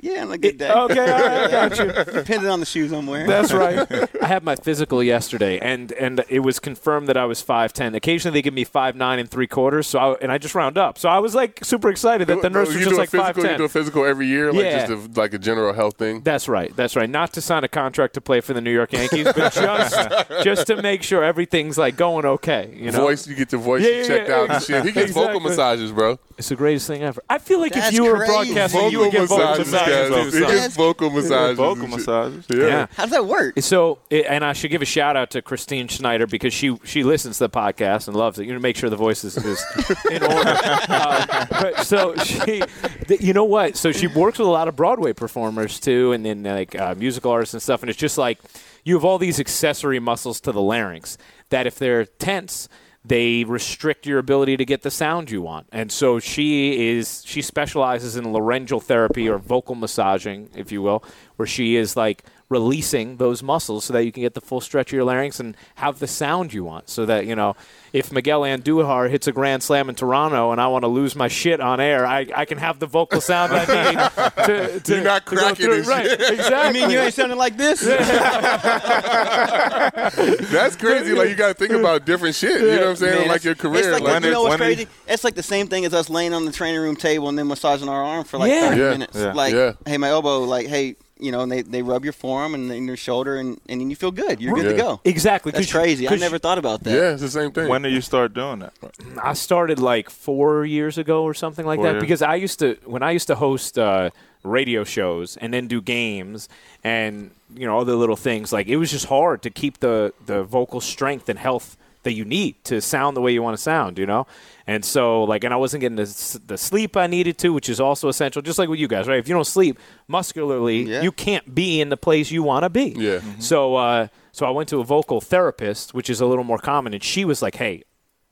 [SPEAKER 3] Yeah, on a good day.
[SPEAKER 1] Okay, all right, I got you.
[SPEAKER 3] Depending on the shoes I'm wearing.
[SPEAKER 1] That's right. I had my physical yesterday, and and it was confirmed that I was five ten. Occasionally they give me five nine and three quarters, so I, and I just round up. So I was like super excited that the nurse
[SPEAKER 2] you
[SPEAKER 1] was
[SPEAKER 2] do
[SPEAKER 1] just
[SPEAKER 2] a
[SPEAKER 1] like
[SPEAKER 2] physical,
[SPEAKER 1] five
[SPEAKER 2] You do a
[SPEAKER 1] ten.
[SPEAKER 2] physical every year, like
[SPEAKER 1] Yeah.
[SPEAKER 2] just a, like a general health thing.
[SPEAKER 1] That's right. That's right. Not to sign a contract to play for the New York Yankees, but
[SPEAKER 2] *laughs*
[SPEAKER 1] just just to make sure everything's like going okay. You know,
[SPEAKER 2] Voice, you get your voice
[SPEAKER 1] Yeah, yeah,
[SPEAKER 2] checked
[SPEAKER 1] yeah,
[SPEAKER 2] out and shit. He gets vocal
[SPEAKER 1] exactly.
[SPEAKER 2] massages, bro.
[SPEAKER 1] it's the greatest thing ever. I feel like if
[SPEAKER 3] That's
[SPEAKER 1] you were
[SPEAKER 3] crazy.
[SPEAKER 1] broadcasting, you
[SPEAKER 2] Vocal
[SPEAKER 1] would get vocal
[SPEAKER 2] massages,
[SPEAKER 1] massages.
[SPEAKER 2] guys. He
[SPEAKER 1] too, so-
[SPEAKER 2] gets vocal massages.
[SPEAKER 4] Vocal
[SPEAKER 2] and shit.
[SPEAKER 4] massages.
[SPEAKER 1] Yeah.
[SPEAKER 3] How does that work?
[SPEAKER 1] So, it- and I should give a shout out to Christine Schneider because she she listens to the podcast and loves it. You know, make sure the voice is, is in order. Uh, but so she, th- you know what? So she works with a lot of Broadway performers too, and then like uh, musical artists and stuff. And it's just like you have all these accessory muscles to the larynx that if they're tense. They restrict your ability to get the sound you want, and so she is. She specializes in laryngeal therapy or vocal massaging, if you will, where she is like releasing those muscles so that you can get the full stretch of your larynx and have the sound you want. So that, you know, if Miguel Andujar hits a grand slam in Toronto and I want to lose my shit on air, I, I can have the vocal sound I
[SPEAKER 3] *laughs*
[SPEAKER 1] need to, to,
[SPEAKER 2] You're not
[SPEAKER 1] to go
[SPEAKER 2] cracking
[SPEAKER 1] through.
[SPEAKER 2] and
[SPEAKER 1] Right,
[SPEAKER 2] shit.
[SPEAKER 3] I
[SPEAKER 1] exactly.
[SPEAKER 3] mean, you ain't sounding like this.
[SPEAKER 2] That's crazy. Like you got to think about different shit. You know what I'm saying?
[SPEAKER 3] Man,
[SPEAKER 2] like your
[SPEAKER 3] it's- It's
[SPEAKER 2] career.
[SPEAKER 3] like,
[SPEAKER 2] Like,
[SPEAKER 4] when
[SPEAKER 3] you know
[SPEAKER 4] it-
[SPEAKER 3] what's
[SPEAKER 4] when it-
[SPEAKER 3] crazy? It's like the same thing as us laying on the training room table and then massaging our arm for like
[SPEAKER 1] Yeah.
[SPEAKER 3] 30
[SPEAKER 2] Yeah.
[SPEAKER 3] minutes.
[SPEAKER 4] Yeah.
[SPEAKER 3] Like,
[SPEAKER 2] Yeah.
[SPEAKER 3] hey, my elbow, like, hey, you know, and they, they rub your forearm and then your shoulder and, and then you feel good. You're good to
[SPEAKER 2] Yeah.
[SPEAKER 3] go.
[SPEAKER 1] Exactly.
[SPEAKER 3] That's
[SPEAKER 1] 'cause you-
[SPEAKER 3] crazy. I
[SPEAKER 1] 'cause
[SPEAKER 3] never thought about that.
[SPEAKER 2] yeah, it's the same thing.
[SPEAKER 4] When do you start doing that?
[SPEAKER 1] I started like four years ago or something like
[SPEAKER 4] Four
[SPEAKER 1] that
[SPEAKER 4] years.
[SPEAKER 1] because I used to when I used to host uh, radio shows and then do games and you know other little things like it was just hard to keep the the vocal strength and health that you need to sound the way you want to sound you know and so like and I wasn't getting the, s- the sleep I needed to which is also essential just like with you guys right if you don't sleep muscularly
[SPEAKER 3] Yeah.
[SPEAKER 1] you can't be in the place you want to be
[SPEAKER 2] Yeah.
[SPEAKER 3] Mm-hmm.
[SPEAKER 2] Mhm.
[SPEAKER 1] so uh, so I went to a vocal therapist which is a little more common and she was like hey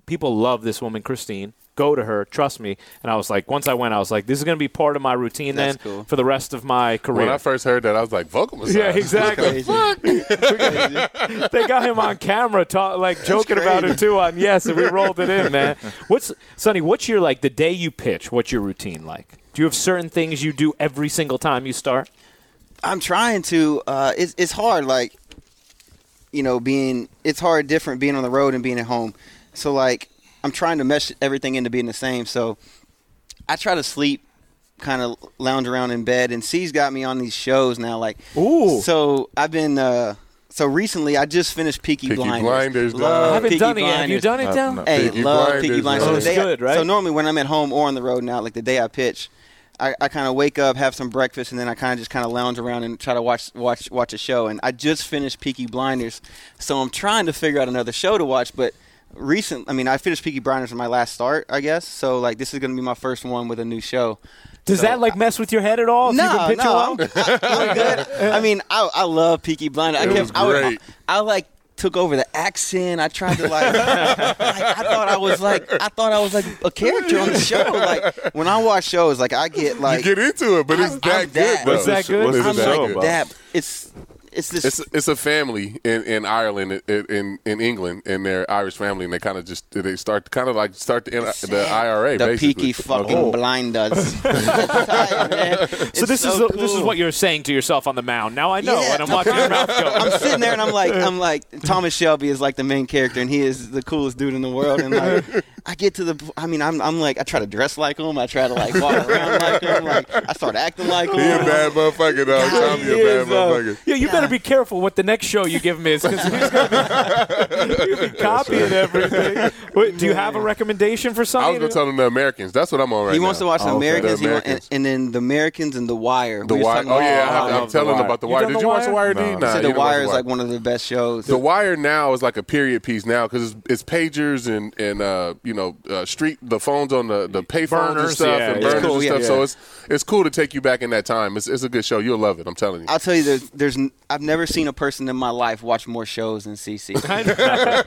[SPEAKER 1] people love this woman Christine. Go to her, trust me. And I was like, once I went, I was like, this is going to be part of my routine
[SPEAKER 3] That's
[SPEAKER 1] then
[SPEAKER 3] cool.
[SPEAKER 1] for the rest of my
[SPEAKER 2] When I
[SPEAKER 1] career.
[SPEAKER 2] first heard that, I was like, vocal massage.
[SPEAKER 1] yeah, exactly.
[SPEAKER 3] Crazy.
[SPEAKER 1] *laughs* they got him on camera, ta- like joking about it too on Yes, and we rolled it in,
[SPEAKER 3] *laughs*
[SPEAKER 1] man. What's Sonny? What's your like the day you pitch? What's your routine like? Do you have certain things you do every single time you start?
[SPEAKER 3] I'm trying to. Uh, it's it's hard, like you know, being it's hard different being on the road and being at home. So like I'm trying to mesh everything into being the same. So I try to sleep, kind of lounge around in bed. And C's got me on these shows now. Like
[SPEAKER 1] Ooh.
[SPEAKER 3] so I've been. Uh, so recently, I just finished Peaky,
[SPEAKER 2] Peaky
[SPEAKER 3] Blinders.
[SPEAKER 2] Blinders, dog.
[SPEAKER 3] Love
[SPEAKER 1] I haven't
[SPEAKER 3] Peaky
[SPEAKER 1] done it
[SPEAKER 3] Blinders.
[SPEAKER 1] yet. Have you done it,
[SPEAKER 4] Uh,
[SPEAKER 1] Dale?
[SPEAKER 4] no.
[SPEAKER 3] Hey,
[SPEAKER 2] Peaky
[SPEAKER 3] love
[SPEAKER 2] Blinders,
[SPEAKER 3] Peaky Blinders.
[SPEAKER 2] man.
[SPEAKER 3] So,
[SPEAKER 2] Oh, it's
[SPEAKER 3] they-
[SPEAKER 1] good, right?
[SPEAKER 3] so normally when I'm at home or on the road now, like the day I pitch, I, I kind of wake up, have some breakfast, and then I kind of just kind of lounge around and try to watch watch watch a show. And I just finished Peaky Blinders, so I'm trying to figure out another show to watch. But recent, I mean, I finished Peaky Blinders in my last start, I guess. So like this is gonna be my first one with a new show.
[SPEAKER 1] Does that like mess with your head at all? if you can pitch along?
[SPEAKER 3] I'm, I,
[SPEAKER 1] *laughs*
[SPEAKER 3] I'm good. I mean, I, I love Peaky Blinders. I
[SPEAKER 2] It
[SPEAKER 3] kept,
[SPEAKER 2] was
[SPEAKER 3] I, would-
[SPEAKER 2] great.
[SPEAKER 3] I, like took over the accent. I tried to like, *laughs* like, I thought I was like, I thought I was like a character on the show. Like when I watch shows, like I get like,
[SPEAKER 2] you get into it, but it's
[SPEAKER 3] I'm-
[SPEAKER 2] that
[SPEAKER 3] I'm
[SPEAKER 2] good,
[SPEAKER 3] that-
[SPEAKER 2] bro.
[SPEAKER 1] Is that
[SPEAKER 4] What's the-
[SPEAKER 1] good?
[SPEAKER 4] What's the
[SPEAKER 3] I'm
[SPEAKER 2] It's
[SPEAKER 4] show
[SPEAKER 3] like
[SPEAKER 4] about?
[SPEAKER 3] that. It's it's this.
[SPEAKER 2] It's it's a family in, in Ireland i- in in England and their Irish family and they kind of just they start kind of like start the, N- the IRA
[SPEAKER 3] the
[SPEAKER 2] basically.
[SPEAKER 3] Peaky fucking blinders.
[SPEAKER 2] *laughs*
[SPEAKER 3] *laughs*
[SPEAKER 1] So this is the- this is what you're saying to yourself on the mound. Now I know,
[SPEAKER 3] Yeah.
[SPEAKER 1] and I'm watching your mouth go.
[SPEAKER 2] *laughs*
[SPEAKER 3] I'm sitting there and I'm like, I'm like, Thomas Shelby is like the main character, and he is the coolest dude in the world. And like, I get to the, I mean, I'm, I'm like, I try to dress like him, I try to like walk around like him, like I start acting like him.
[SPEAKER 2] He a bad motherfucker, dog.
[SPEAKER 3] God,
[SPEAKER 2] Tommy a bad
[SPEAKER 1] is, uh,
[SPEAKER 2] motherfucker.
[SPEAKER 1] yeah, you better be careful what the next show you give him is because he's *laughs* going to be copying everything. What, do you have a recommendation for something?
[SPEAKER 2] I was gonna tell them the Americans. That's what I'm on right
[SPEAKER 3] he
[SPEAKER 2] now.
[SPEAKER 3] wants to watch
[SPEAKER 4] Oh,
[SPEAKER 3] the
[SPEAKER 4] okay.
[SPEAKER 3] Americans,
[SPEAKER 2] The
[SPEAKER 3] he wa- and-
[SPEAKER 2] Americans.
[SPEAKER 3] and, then the Americans and the Wire.
[SPEAKER 2] The
[SPEAKER 3] We was
[SPEAKER 2] Wire.
[SPEAKER 3] talking
[SPEAKER 2] Oh
[SPEAKER 3] about-
[SPEAKER 2] yeah,
[SPEAKER 1] I
[SPEAKER 2] I, I'm
[SPEAKER 1] love The
[SPEAKER 2] telling
[SPEAKER 1] Wire.
[SPEAKER 2] them about the
[SPEAKER 1] You
[SPEAKER 2] Wire.
[SPEAKER 1] done
[SPEAKER 2] Did
[SPEAKER 1] The
[SPEAKER 2] you watch the
[SPEAKER 1] Wire?
[SPEAKER 2] Wire?
[SPEAKER 4] No,
[SPEAKER 2] D?
[SPEAKER 4] no.
[SPEAKER 2] Nah,
[SPEAKER 3] He said
[SPEAKER 2] you
[SPEAKER 3] the
[SPEAKER 2] didn't watch
[SPEAKER 3] Wire is like one of the best shows.
[SPEAKER 2] The wire now is like a period piece now because it's, it's pagers and and uh, you know uh, street the phones on the the pay phones and
[SPEAKER 1] Burners,
[SPEAKER 2] stuff
[SPEAKER 1] yeah,
[SPEAKER 2] and
[SPEAKER 1] yeah.
[SPEAKER 2] burners
[SPEAKER 3] Cool,
[SPEAKER 2] and
[SPEAKER 3] yeah,
[SPEAKER 2] stuff. So
[SPEAKER 3] yeah.
[SPEAKER 2] it's it's cool to take you back in that time. It's, it's a good show. You'll love it. I'm telling you.
[SPEAKER 3] I'll tell you, there's, there's, n- I've never seen a person in my life watch more shows than CC.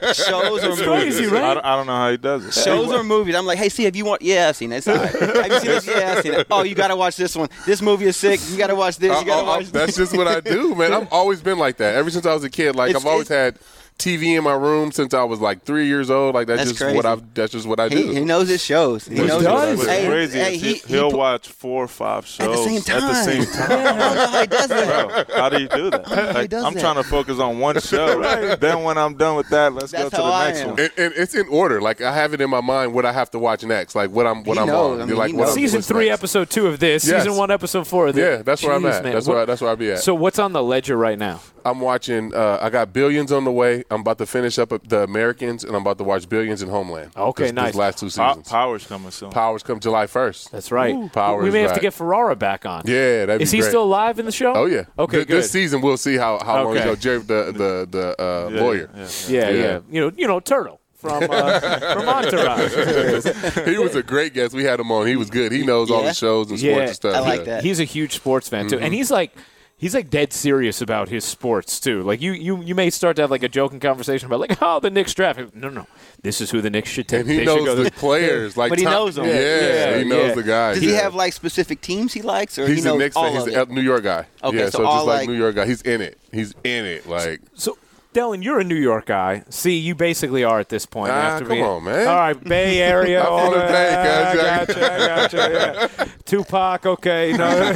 [SPEAKER 1] *laughs*
[SPEAKER 3] shows or movies.
[SPEAKER 1] crazy, right?
[SPEAKER 4] I, don't- I don't know how he does it.
[SPEAKER 3] shows or movies. I'm like, hey, see, have you watched? Yeah, I've seen it. It's all right. Have you seen this? Yeah, I've seen it. Oh, you gotta watch this one. This movie is sick. You gotta watch this. You
[SPEAKER 2] I-
[SPEAKER 3] gotta
[SPEAKER 2] I- I-
[SPEAKER 3] watch. *laughs*
[SPEAKER 2] that's just what I do, man. I've always been like that ever since I was a kid. Like
[SPEAKER 3] It's-
[SPEAKER 2] I've always had TV in my room since I was like three years old. Like that's,
[SPEAKER 3] That's
[SPEAKER 2] just
[SPEAKER 3] crazy.
[SPEAKER 2] what I. That's just what I do.
[SPEAKER 3] He, he knows his shows. He
[SPEAKER 2] He
[SPEAKER 3] knows
[SPEAKER 1] does.
[SPEAKER 3] His,
[SPEAKER 4] What's
[SPEAKER 3] hey,
[SPEAKER 4] crazy
[SPEAKER 3] hey,
[SPEAKER 4] is
[SPEAKER 3] he,
[SPEAKER 4] he,
[SPEAKER 3] he
[SPEAKER 4] will
[SPEAKER 3] pu-
[SPEAKER 4] watch four or five shows
[SPEAKER 3] at the same time.
[SPEAKER 4] At the same
[SPEAKER 3] *laughs*
[SPEAKER 4] time.
[SPEAKER 3] I don't know how he does that.
[SPEAKER 4] Bro, how do you do that?
[SPEAKER 3] know how he
[SPEAKER 4] Like,
[SPEAKER 3] does
[SPEAKER 4] I'm
[SPEAKER 3] that.
[SPEAKER 4] trying to focus
[SPEAKER 3] *laughs*
[SPEAKER 4] on one show. Then when I'm done with that, let's
[SPEAKER 3] That's
[SPEAKER 4] go to the
[SPEAKER 3] how I
[SPEAKER 4] next
[SPEAKER 3] am.
[SPEAKER 4] one.
[SPEAKER 2] and, and it's in order. Like I have it in my mind what I have to watch next. Like what I'm what
[SPEAKER 3] He
[SPEAKER 2] I'm
[SPEAKER 3] knows.
[SPEAKER 2] on.
[SPEAKER 3] I mean,
[SPEAKER 2] like *laughs*
[SPEAKER 3] he
[SPEAKER 2] what
[SPEAKER 3] knows.
[SPEAKER 2] I'm-
[SPEAKER 1] Season
[SPEAKER 2] what's
[SPEAKER 1] three,
[SPEAKER 2] next.
[SPEAKER 1] episode two of this.
[SPEAKER 2] Yes.
[SPEAKER 1] Season one, episode four of this.
[SPEAKER 2] Yeah, that's where I'm
[SPEAKER 1] Jeez,
[SPEAKER 2] at.
[SPEAKER 1] man.
[SPEAKER 2] That's
[SPEAKER 1] What-
[SPEAKER 2] where I- that's where I be at.
[SPEAKER 1] So what's on the ledger right now?
[SPEAKER 2] I'm watching. Uh, I got Billions on the way. I'm about to finish up uh, the Americans, and I'm about to watch Billions and Homeland.
[SPEAKER 1] Okay,
[SPEAKER 2] This- this
[SPEAKER 1] nice.
[SPEAKER 2] last two
[SPEAKER 4] Pa-
[SPEAKER 2] seasons.
[SPEAKER 4] Power's coming soon.
[SPEAKER 2] Powers come July 1st.
[SPEAKER 1] That's right.
[SPEAKER 2] Power
[SPEAKER 1] we
[SPEAKER 2] is
[SPEAKER 1] may have to
[SPEAKER 2] right.
[SPEAKER 1] get Ferrara back on.
[SPEAKER 2] yeah, that'd
[SPEAKER 1] Is
[SPEAKER 2] be
[SPEAKER 1] he
[SPEAKER 2] great.
[SPEAKER 1] still alive in the show?
[SPEAKER 2] Oh yeah.
[SPEAKER 1] Okay,
[SPEAKER 2] Th-
[SPEAKER 1] good.
[SPEAKER 2] This season we'll see how how long
[SPEAKER 1] Okay.
[SPEAKER 2] ago Jerry the the the uh,
[SPEAKER 4] Yeah,
[SPEAKER 2] lawyer.
[SPEAKER 4] yeah,
[SPEAKER 1] yeah, yeah,
[SPEAKER 2] Yeah.
[SPEAKER 1] You know, you know, Turtle from uh, from Entourage.
[SPEAKER 2] *laughs* he was a great guest. We had him on. He was good. He knows all
[SPEAKER 3] Yeah.
[SPEAKER 2] the shows and
[SPEAKER 1] Yeah.
[SPEAKER 2] sports and stuff.
[SPEAKER 3] I like
[SPEAKER 1] *laughs*
[SPEAKER 3] that.
[SPEAKER 1] He's a huge sports fan too,
[SPEAKER 2] Mm-hmm.
[SPEAKER 1] and he's like. He's like dead serious about his sports too. Like you, you, you may start to have like a joking conversation about like, oh, the Knicks draft. No, no, this is who the Knicks should take.
[SPEAKER 2] And he
[SPEAKER 1] they should go
[SPEAKER 2] knows
[SPEAKER 1] to
[SPEAKER 2] the players. Like
[SPEAKER 3] But he
[SPEAKER 2] Tom-
[SPEAKER 3] knows 'em.
[SPEAKER 2] Yeah,
[SPEAKER 1] Yeah,
[SPEAKER 2] he knows
[SPEAKER 1] yeah.
[SPEAKER 2] the guys.
[SPEAKER 3] Does he
[SPEAKER 2] yeah.
[SPEAKER 3] have like specific teams he likes, or
[SPEAKER 2] He's
[SPEAKER 3] he
[SPEAKER 2] a
[SPEAKER 3] knows
[SPEAKER 2] Knicks
[SPEAKER 3] all
[SPEAKER 2] fan. He's
[SPEAKER 3] of
[SPEAKER 2] a
[SPEAKER 3] it?
[SPEAKER 2] New York guy.
[SPEAKER 3] Okay,
[SPEAKER 2] yeah,
[SPEAKER 3] so
[SPEAKER 2] so,
[SPEAKER 3] all
[SPEAKER 2] just like
[SPEAKER 3] like-
[SPEAKER 2] New York guy. He's in it. He's in it. Like
[SPEAKER 1] So, Dylan, you're a New York guy. See, you basically are at this point.
[SPEAKER 2] Ah,
[SPEAKER 1] after
[SPEAKER 2] come
[SPEAKER 1] being-
[SPEAKER 2] on, man.
[SPEAKER 1] All right, Bay Area.
[SPEAKER 2] *laughs* I'm
[SPEAKER 1] all
[SPEAKER 2] from the Bay,
[SPEAKER 1] that.
[SPEAKER 2] guys.
[SPEAKER 1] gotcha, gotcha.
[SPEAKER 2] *laughs*
[SPEAKER 1] Yeah. Tupac, okay. No.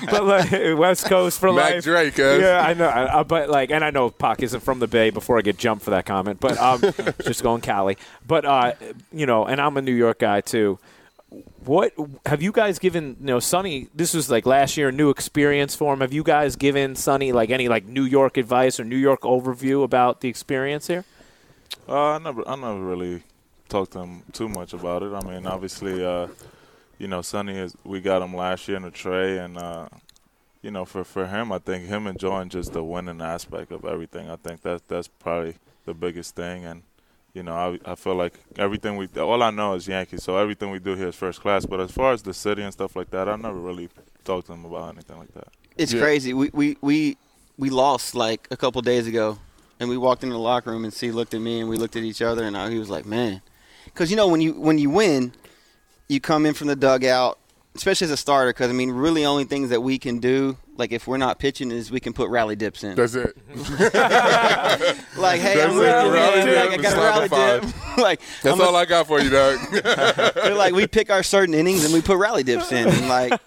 [SPEAKER 1] *laughs* but like, West Coast for
[SPEAKER 2] Mac
[SPEAKER 1] life.
[SPEAKER 2] Drake, cuz.
[SPEAKER 1] Yeah, I know. I, I, but like, and I know Pac isn't from the Bay. Before I get jumped for that comment, but um, just going Cali. But uh, you know, and I'm a New York guy too. What have you guys given? You know, Sonny. This was like last year, a new experience for him. Have you guys given Sonny like any like New York advice or New York overview about the experience here?
[SPEAKER 4] Uh, I never, I never really talked to him too much about it. I mean, obviously, uh, you know, Sonny is. We got him last year in a tray, and uh, you know, for for him, I think him enjoying just the winning aspect of everything. I think that's that's probably the biggest thing, and you know, I I feel like everything we all I know is Yankees, so everything we do here is first class. But as far as the city and stuff like that, I never really talked to him about anything like that.
[SPEAKER 3] It's
[SPEAKER 2] Yeah.
[SPEAKER 3] crazy. We, we we we lost like a couple days ago, and we walked into the locker room and C looked at me and we looked at each other and I, he was like, "Man," because you know when you when you win, you come in from the dugout, especially as a starter. Because I mean, really, only things that we can do, like if we're not pitching, is we can put rally dips in.
[SPEAKER 2] that's
[SPEAKER 3] *laughs*
[SPEAKER 2] it.
[SPEAKER 3] like, hey,
[SPEAKER 2] that's
[SPEAKER 3] I'm
[SPEAKER 2] it,
[SPEAKER 3] winning,
[SPEAKER 2] rally
[SPEAKER 3] man.
[SPEAKER 2] dip
[SPEAKER 3] Like, I
[SPEAKER 2] is
[SPEAKER 3] got a rally
[SPEAKER 2] solidified.
[SPEAKER 3] dip. *laughs* like
[SPEAKER 2] That's
[SPEAKER 3] I'm a-
[SPEAKER 2] all I got for you,
[SPEAKER 3] *laughs*
[SPEAKER 2] dog. *laughs*
[SPEAKER 3] They're like, we pick our certain innings and we put rally dips in. And like,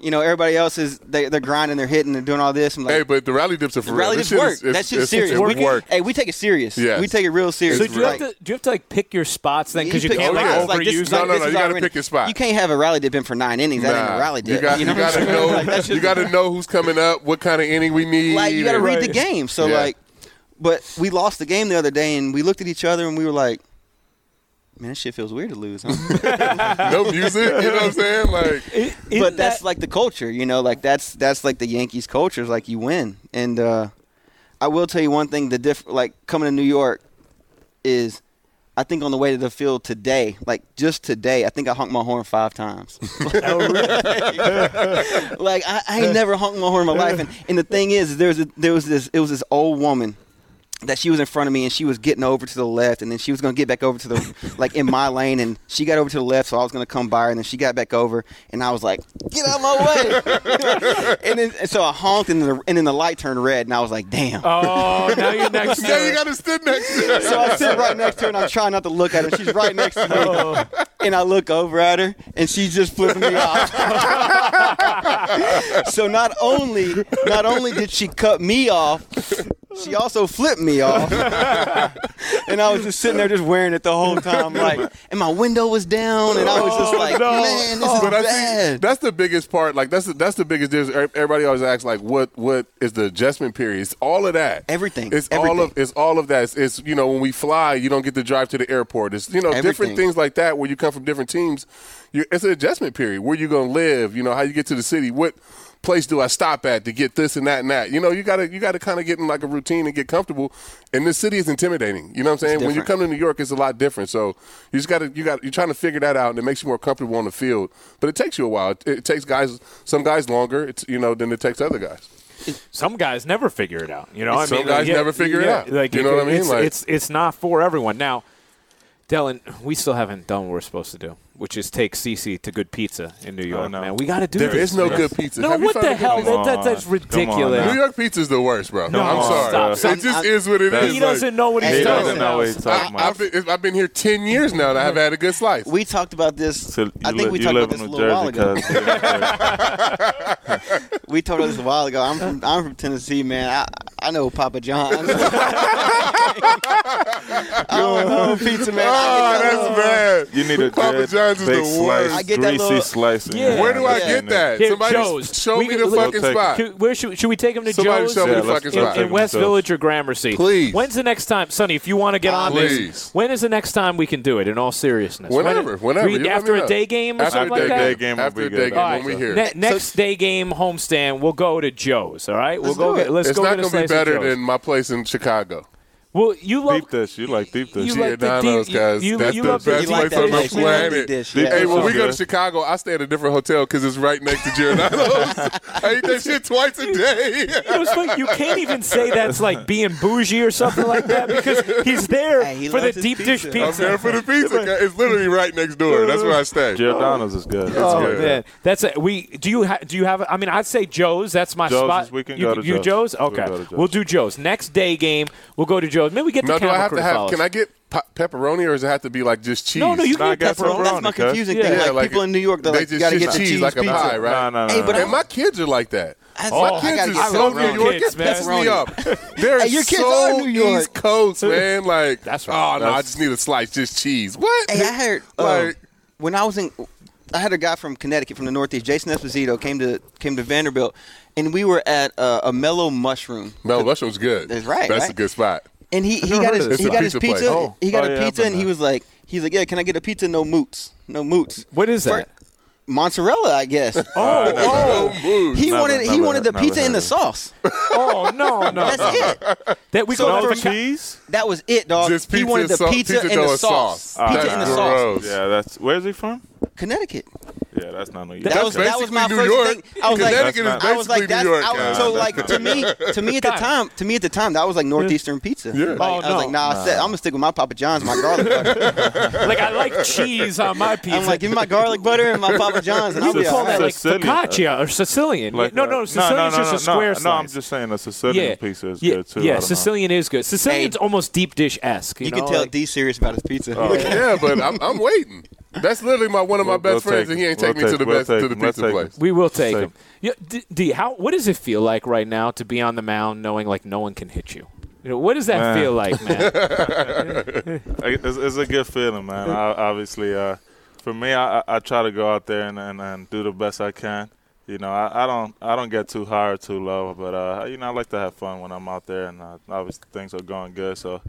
[SPEAKER 3] you know, everybody else is they, they're grinding, they're hitting, they're doing all this. I'm like,
[SPEAKER 2] hey, but the rally dips are for
[SPEAKER 3] the rally
[SPEAKER 2] real.
[SPEAKER 3] dips
[SPEAKER 2] This shit
[SPEAKER 3] work.
[SPEAKER 2] is- it's-
[SPEAKER 3] that shit's
[SPEAKER 2] it's-
[SPEAKER 3] serious.
[SPEAKER 2] It's
[SPEAKER 3] We,
[SPEAKER 2] work.
[SPEAKER 3] hey, we take it serious.
[SPEAKER 2] Yes.
[SPEAKER 3] We take it real serious.
[SPEAKER 1] So
[SPEAKER 2] It's
[SPEAKER 1] do you have
[SPEAKER 2] right.
[SPEAKER 1] to do you have to like pick your spots then
[SPEAKER 3] You
[SPEAKER 1] because you,
[SPEAKER 3] pick
[SPEAKER 1] can't
[SPEAKER 3] your
[SPEAKER 1] like
[SPEAKER 2] spots.
[SPEAKER 1] overuse
[SPEAKER 3] Like, this is
[SPEAKER 1] them?
[SPEAKER 2] No, no,
[SPEAKER 3] this
[SPEAKER 2] no,
[SPEAKER 3] is
[SPEAKER 2] you gotta
[SPEAKER 3] already-
[SPEAKER 2] pick your spot.
[SPEAKER 3] You can't have a rally dip in for nine innings. That ain't a rally dip.
[SPEAKER 2] you got,
[SPEAKER 3] you know,
[SPEAKER 2] you got
[SPEAKER 3] what I'm
[SPEAKER 2] to
[SPEAKER 3] saying?
[SPEAKER 2] know.
[SPEAKER 3] Like, that's
[SPEAKER 2] you got to know who's coming up, what kind of inning we need.
[SPEAKER 3] like you got to
[SPEAKER 2] and-
[SPEAKER 3] read the
[SPEAKER 1] Right.
[SPEAKER 3] game. So
[SPEAKER 2] Yeah.
[SPEAKER 3] like, but we lost the game the other day, and we looked at each other and we were like, "Man, that shit feels weird to lose." Huh?
[SPEAKER 2] no music. You know what I'm saying?
[SPEAKER 3] *laughs*
[SPEAKER 2] Like
[SPEAKER 3] but that's like the culture, you know, like that's that's like the Yankees culture is like you win. And uh I will tell you one thing, the diff like coming to New York is I think on the way to the field today, like just today, I think I honked my horn five times. like I, I ain't never honked my horn in my life. And, and the thing is, there was a, there was this it was this old woman that she was in front of me and she was getting over to the left and then she was going to get back over to the like in my lane and she got over to the left so I was going to come by her and then she got back over and I was like get out my way *laughs* and then and so I honked and the and then the light turned red and I was like damn
[SPEAKER 1] oh, now you're next.
[SPEAKER 3] *laughs*
[SPEAKER 1] to
[SPEAKER 2] yeah, you
[SPEAKER 1] it.
[SPEAKER 2] got to sit next to.
[SPEAKER 3] so I sit right next to her and I'm trying not to look at her she's right next to
[SPEAKER 2] Oh.
[SPEAKER 3] me and I look over at her and she's just flipping me off so not only not only did she cut me off she also flipped me off. and I was just sitting there just wearing it the whole time. Like, and my window was down, and I was just like, Oh, man, this is
[SPEAKER 2] Oh, *laughs* But I
[SPEAKER 3] bad.
[SPEAKER 2] think that's the biggest part. Like that's the, that's the biggest difference. Every- Everybody always asks like, what what is the adjustment period? It's all of that.
[SPEAKER 3] Everything.
[SPEAKER 2] It's all of
[SPEAKER 3] Everything.
[SPEAKER 2] it's all of that. It's, it's, you know when we fly, you don't get to drive to the airport. It's you know different
[SPEAKER 3] Everything.
[SPEAKER 2] things like that where you come from different teams. you it's an adjustment period. Where you gonna live? You know how you get to the city. What place do I stop at to get this and that and that? You know you gotta you gotta kind of get in like a routine and get comfortable. And this city is intimidating. You know what I'm saying? When you come
[SPEAKER 3] different.
[SPEAKER 2] to New York, it's a lot different. So you just gotta you got you're trying to figure that out, and it makes you more comfortable on the field. But it takes you a while. It, it takes guys some guys longer, it's, you know, than it takes other guys.
[SPEAKER 1] some guys never figure it out. You know, I
[SPEAKER 2] Some
[SPEAKER 1] mean,
[SPEAKER 2] guys never figure it out.
[SPEAKER 1] Like,
[SPEAKER 2] You know what I mean?
[SPEAKER 1] It's,
[SPEAKER 2] Like-
[SPEAKER 1] it's it's not for everyone. Now, Dylan, we still haven't done what we're supposed to do. which is take Cece to good pizza in New York.
[SPEAKER 4] no.
[SPEAKER 1] Man, we got to do
[SPEAKER 2] There
[SPEAKER 1] this.
[SPEAKER 2] is no good pizza.
[SPEAKER 1] No,
[SPEAKER 2] Have you
[SPEAKER 1] what
[SPEAKER 2] found
[SPEAKER 1] the
[SPEAKER 2] a good
[SPEAKER 1] hell?
[SPEAKER 2] pizza?
[SPEAKER 1] That, that, that's
[SPEAKER 4] Come on.
[SPEAKER 1] ridiculous.
[SPEAKER 4] Come on
[SPEAKER 2] New York pizza's the worst, bro.
[SPEAKER 4] No,
[SPEAKER 2] I'm sorry.
[SPEAKER 1] stop, stop.
[SPEAKER 2] It just is what it is.
[SPEAKER 1] he
[SPEAKER 2] Like,
[SPEAKER 1] doesn't know what
[SPEAKER 3] He
[SPEAKER 1] he's
[SPEAKER 4] He
[SPEAKER 1] talking
[SPEAKER 4] doesn't
[SPEAKER 1] about.
[SPEAKER 4] know what he's
[SPEAKER 2] I,
[SPEAKER 4] talking
[SPEAKER 2] I've,
[SPEAKER 4] about.
[SPEAKER 2] been, I've been here ten years now, and I've had a good slice.
[SPEAKER 3] We talked about this.
[SPEAKER 4] So you
[SPEAKER 3] I think
[SPEAKER 4] li-
[SPEAKER 3] we
[SPEAKER 4] you
[SPEAKER 3] talked
[SPEAKER 4] live
[SPEAKER 3] about this a
[SPEAKER 4] in New
[SPEAKER 3] little while
[SPEAKER 4] Jersey,
[SPEAKER 3] ago. *laughs*
[SPEAKER 4] cuz.
[SPEAKER 3] We talked about this a while ago. I'm from I'm from Tennessee, man. I I know Papa John's. *laughs* I don't know pizza, man.
[SPEAKER 2] oh,
[SPEAKER 3] I get that little-
[SPEAKER 2] that's bad.
[SPEAKER 4] You need a
[SPEAKER 2] Papa
[SPEAKER 4] good
[SPEAKER 2] John's is
[SPEAKER 4] big
[SPEAKER 2] the
[SPEAKER 4] slice,
[SPEAKER 2] worst.
[SPEAKER 3] I get that
[SPEAKER 4] greasy
[SPEAKER 3] little-
[SPEAKER 4] slice. in
[SPEAKER 1] Yeah.
[SPEAKER 4] your
[SPEAKER 2] Where do I get
[SPEAKER 4] hand.
[SPEAKER 2] that?
[SPEAKER 1] Here,
[SPEAKER 2] Somebody
[SPEAKER 1] Joe's.
[SPEAKER 2] show
[SPEAKER 1] We
[SPEAKER 2] me
[SPEAKER 1] can-
[SPEAKER 2] the
[SPEAKER 1] we'll
[SPEAKER 2] fucking
[SPEAKER 4] take it.
[SPEAKER 2] spot.
[SPEAKER 1] Could- Where should, should we take him to
[SPEAKER 2] Somebody
[SPEAKER 1] Joe's
[SPEAKER 2] show me
[SPEAKER 4] Yeah,
[SPEAKER 2] the
[SPEAKER 4] let's-
[SPEAKER 2] fucking
[SPEAKER 4] let's
[SPEAKER 1] in,
[SPEAKER 2] spot.
[SPEAKER 4] take
[SPEAKER 1] in
[SPEAKER 4] him to
[SPEAKER 1] West
[SPEAKER 4] Joe's.
[SPEAKER 1] Village or Gramercy?
[SPEAKER 2] Please.
[SPEAKER 1] When's the next time, Sonny? If you want to get on
[SPEAKER 2] Please.
[SPEAKER 1] this, when is the next time we can do it? In all seriousness, When-
[SPEAKER 2] Whenever, whenever.
[SPEAKER 1] we-
[SPEAKER 2] You let
[SPEAKER 1] after
[SPEAKER 2] me
[SPEAKER 1] a
[SPEAKER 2] know.
[SPEAKER 1] day game or
[SPEAKER 2] After
[SPEAKER 1] something
[SPEAKER 2] a day
[SPEAKER 1] like that.
[SPEAKER 4] game. game will
[SPEAKER 2] After
[SPEAKER 4] be
[SPEAKER 2] a
[SPEAKER 4] good.
[SPEAKER 2] day game,
[SPEAKER 1] All right.
[SPEAKER 2] when we here.
[SPEAKER 1] Ne- next day game homestand, we'll go to Joe's. All right, we'll
[SPEAKER 3] Let's
[SPEAKER 1] go.
[SPEAKER 3] do
[SPEAKER 1] Get,
[SPEAKER 3] it.
[SPEAKER 1] let's
[SPEAKER 2] it's
[SPEAKER 1] go
[SPEAKER 2] not
[SPEAKER 1] get a
[SPEAKER 2] gonna be
[SPEAKER 1] slice of
[SPEAKER 2] better
[SPEAKER 1] Joe's.
[SPEAKER 2] than my place in Chicago.
[SPEAKER 1] Well, you love
[SPEAKER 4] Deep dish. You like deep dish.
[SPEAKER 1] you
[SPEAKER 2] Yeah,
[SPEAKER 1] like the
[SPEAKER 2] Domino's,
[SPEAKER 1] deep, you-
[SPEAKER 2] guys.
[SPEAKER 1] You,
[SPEAKER 2] That's
[SPEAKER 1] you
[SPEAKER 2] the
[SPEAKER 1] love
[SPEAKER 2] best
[SPEAKER 3] You
[SPEAKER 1] the
[SPEAKER 3] like
[SPEAKER 1] deep
[SPEAKER 2] place
[SPEAKER 3] that
[SPEAKER 2] on the
[SPEAKER 1] dish.
[SPEAKER 3] dish. You like
[SPEAKER 2] planet.
[SPEAKER 3] that dish.
[SPEAKER 4] Deep
[SPEAKER 3] Yeah.
[SPEAKER 2] Hey, when we go to
[SPEAKER 4] good.
[SPEAKER 2] Chicago, I stay at a different hotel because it's right next to Giordano's. I eat that shit twice a day.
[SPEAKER 1] You, know, it's like you can't even say that's
[SPEAKER 4] *laughs*
[SPEAKER 1] like being bougie or something like that because
[SPEAKER 2] *laughs*
[SPEAKER 1] he's there
[SPEAKER 3] Hey, he
[SPEAKER 1] for the
[SPEAKER 3] loves his
[SPEAKER 1] deep dish
[SPEAKER 3] pizza.
[SPEAKER 2] I'm there
[SPEAKER 1] pizza.
[SPEAKER 2] for the pizza. guy. It's literally right next door. That's where I stay.
[SPEAKER 4] Giordano's is good.
[SPEAKER 1] Oh
[SPEAKER 2] good.
[SPEAKER 1] man, that's it. We do you ha- do you have? I mean, I'd say Joe's. That's my
[SPEAKER 4] Joe's is-
[SPEAKER 1] spot.
[SPEAKER 4] we can
[SPEAKER 1] you,
[SPEAKER 4] go to
[SPEAKER 1] you
[SPEAKER 4] Joe's.
[SPEAKER 1] Joe's.
[SPEAKER 4] We can
[SPEAKER 1] Okay,
[SPEAKER 4] go to Joe's.
[SPEAKER 1] we'll do Joe's next day game. We'll go to Joe's. Maybe we get
[SPEAKER 2] Now,
[SPEAKER 1] the
[SPEAKER 2] do I
[SPEAKER 1] camera
[SPEAKER 2] have
[SPEAKER 1] crew
[SPEAKER 2] to have?
[SPEAKER 1] follow
[SPEAKER 2] Can
[SPEAKER 1] us.
[SPEAKER 2] I get pa- pepperoni, or does it have to be like just cheese?
[SPEAKER 1] No, no, you
[SPEAKER 4] Nah,
[SPEAKER 1] can
[SPEAKER 4] I
[SPEAKER 1] get
[SPEAKER 4] got
[SPEAKER 2] Oh,
[SPEAKER 1] pepperoni.
[SPEAKER 4] pepperoni.
[SPEAKER 3] That's my
[SPEAKER 4] Veronica.
[SPEAKER 3] confusing
[SPEAKER 1] Yeah,
[SPEAKER 3] thing. Like,
[SPEAKER 2] like
[SPEAKER 3] people
[SPEAKER 2] it-
[SPEAKER 3] in New York, they're
[SPEAKER 2] they
[SPEAKER 3] like,
[SPEAKER 2] just-
[SPEAKER 3] you gotta
[SPEAKER 2] just
[SPEAKER 3] get the
[SPEAKER 2] cheese
[SPEAKER 3] cheese,
[SPEAKER 2] like a
[SPEAKER 3] pizza.
[SPEAKER 2] pie, right?
[SPEAKER 4] No, no, no.
[SPEAKER 3] Hey, but
[SPEAKER 4] no.
[SPEAKER 3] I'm-
[SPEAKER 2] And my kids are like that.
[SPEAKER 3] That's-
[SPEAKER 1] Oh,
[SPEAKER 2] My
[SPEAKER 1] I
[SPEAKER 2] kids
[SPEAKER 3] gotta
[SPEAKER 2] are
[SPEAKER 3] get
[SPEAKER 2] so
[SPEAKER 1] pepperoni.
[SPEAKER 2] New York.
[SPEAKER 1] Kids,
[SPEAKER 2] It pisses
[SPEAKER 1] man.
[SPEAKER 2] me up. They're
[SPEAKER 3] Hey, your kids
[SPEAKER 2] so
[SPEAKER 3] are New York.
[SPEAKER 2] East Coast, man. Like,
[SPEAKER 1] That's right.
[SPEAKER 2] oh no, I just need a slice, just cheese. What?
[SPEAKER 3] Hey,
[SPEAKER 2] *laughs*
[SPEAKER 3] I heard uh,
[SPEAKER 2] Like-
[SPEAKER 3] when I was in, I had a guy from Connecticut, from the Northeast, Jason Esposito, came to came to Vanderbilt, and we were at uh, a Mellow Mushroom,
[SPEAKER 2] Mel Rushington's good.
[SPEAKER 3] That's right,
[SPEAKER 2] That's
[SPEAKER 3] right?
[SPEAKER 2] a good spot.
[SPEAKER 3] and he, he
[SPEAKER 1] never
[SPEAKER 3] got
[SPEAKER 1] heard of
[SPEAKER 3] his
[SPEAKER 1] this
[SPEAKER 3] he
[SPEAKER 2] spot.
[SPEAKER 3] got his
[SPEAKER 2] Pizza place.
[SPEAKER 3] pizza,
[SPEAKER 2] Oh.
[SPEAKER 3] he got
[SPEAKER 4] Oh,
[SPEAKER 3] a
[SPEAKER 4] yeah, I've
[SPEAKER 3] pizza,
[SPEAKER 4] been
[SPEAKER 3] and he
[SPEAKER 4] there.
[SPEAKER 3] was like, he's like, yeah, can I get a pizza? No moots, no moots.
[SPEAKER 1] What is that?
[SPEAKER 3] Mozzarella, I guess.
[SPEAKER 1] Oh,
[SPEAKER 2] Oh, mood.
[SPEAKER 3] he
[SPEAKER 4] Never-
[SPEAKER 3] wanted he
[SPEAKER 4] never-
[SPEAKER 3] wanted the
[SPEAKER 4] never
[SPEAKER 3] pizza
[SPEAKER 4] heard
[SPEAKER 3] in the
[SPEAKER 4] of it.
[SPEAKER 3] sauce.
[SPEAKER 1] oh no, no.
[SPEAKER 3] That's it.
[SPEAKER 1] That we
[SPEAKER 3] So
[SPEAKER 1] go
[SPEAKER 3] for
[SPEAKER 1] for
[SPEAKER 3] me-
[SPEAKER 4] cheese.
[SPEAKER 3] That was it, dog.
[SPEAKER 2] Just
[SPEAKER 3] he
[SPEAKER 2] pizza
[SPEAKER 3] wanted the
[SPEAKER 2] and sau-
[SPEAKER 3] pizza,
[SPEAKER 2] pizza
[SPEAKER 3] and
[SPEAKER 2] dough
[SPEAKER 3] the
[SPEAKER 2] and
[SPEAKER 3] sauce.
[SPEAKER 2] sauce.
[SPEAKER 3] Pizza
[SPEAKER 2] That's
[SPEAKER 3] and the sauce.
[SPEAKER 2] gross.
[SPEAKER 4] Yeah, that's where's he from?
[SPEAKER 3] Connecticut.
[SPEAKER 4] Yeah, that's not New York.
[SPEAKER 3] That was that was my
[SPEAKER 2] New
[SPEAKER 3] first
[SPEAKER 2] York.
[SPEAKER 3] thing. I was like,
[SPEAKER 2] Connecticut
[SPEAKER 4] That's
[SPEAKER 2] is
[SPEAKER 3] I was
[SPEAKER 2] basically
[SPEAKER 3] like, that's
[SPEAKER 2] New York.
[SPEAKER 3] I,
[SPEAKER 4] guys.
[SPEAKER 3] was- so
[SPEAKER 4] That's
[SPEAKER 3] like to me, to me at the time, to me at the time, that was like northeastern pizza.
[SPEAKER 2] Yeah.
[SPEAKER 3] Like,
[SPEAKER 1] Oh,
[SPEAKER 3] I was like,
[SPEAKER 1] no.
[SPEAKER 3] nah, I said, I'm gonna stick with my Papa John's, my garlic
[SPEAKER 1] *laughs*
[SPEAKER 3] butter.
[SPEAKER 1] like I like cheese on my pizza.
[SPEAKER 3] I'm like, give me my garlic butter and my Papa John's, and
[SPEAKER 1] you
[SPEAKER 3] I'll
[SPEAKER 1] would
[SPEAKER 3] be
[SPEAKER 4] Yeah.
[SPEAKER 1] call
[SPEAKER 3] all
[SPEAKER 1] that
[SPEAKER 3] right.
[SPEAKER 1] like
[SPEAKER 4] Sicilian.
[SPEAKER 1] focaccia or Sicilian.
[SPEAKER 4] Like,
[SPEAKER 1] no,
[SPEAKER 4] uh,
[SPEAKER 1] no, Sicilian's just a square
[SPEAKER 4] no,
[SPEAKER 1] slice.
[SPEAKER 4] No, I'm just saying a Sicilian pizza is
[SPEAKER 1] yeah,
[SPEAKER 4] good too. I
[SPEAKER 1] Yeah,
[SPEAKER 4] don't know.
[SPEAKER 1] Sicilian is good. Sicilian's almost deep dish esque. You,
[SPEAKER 3] You
[SPEAKER 1] know,
[SPEAKER 3] can tell
[SPEAKER 1] like- Oh,
[SPEAKER 3] D's serious about his pizza. *laughs*
[SPEAKER 2] yeah, but I'm, I'm waiting. That's literally my one of my
[SPEAKER 4] We'll-
[SPEAKER 2] best
[SPEAKER 4] we'll
[SPEAKER 2] friends,
[SPEAKER 4] take
[SPEAKER 2] and he ain't
[SPEAKER 4] him.
[SPEAKER 2] take me
[SPEAKER 4] We'll
[SPEAKER 2] to the
[SPEAKER 4] take-
[SPEAKER 2] best
[SPEAKER 4] we'll
[SPEAKER 2] to the
[SPEAKER 4] take him. We'll
[SPEAKER 2] pizza
[SPEAKER 4] take him.
[SPEAKER 2] place.
[SPEAKER 1] we will take
[SPEAKER 4] Same.
[SPEAKER 1] him. Yeah, D, D, how what does it feel like right now to be on the mound knowing like no one can hit you? You know, what does that
[SPEAKER 4] Man.
[SPEAKER 1] feel like,
[SPEAKER 4] *laughs*
[SPEAKER 1] man?
[SPEAKER 4] I- it's, it's a good feeling, man. I, obviously, uh, for me, I, I- I try to go out there and, and, and do the best I can. You know, I, I don't I don't get too high or too low, but uh, you know, I like to have fun when I'm out there, and uh, obviously things are going good, so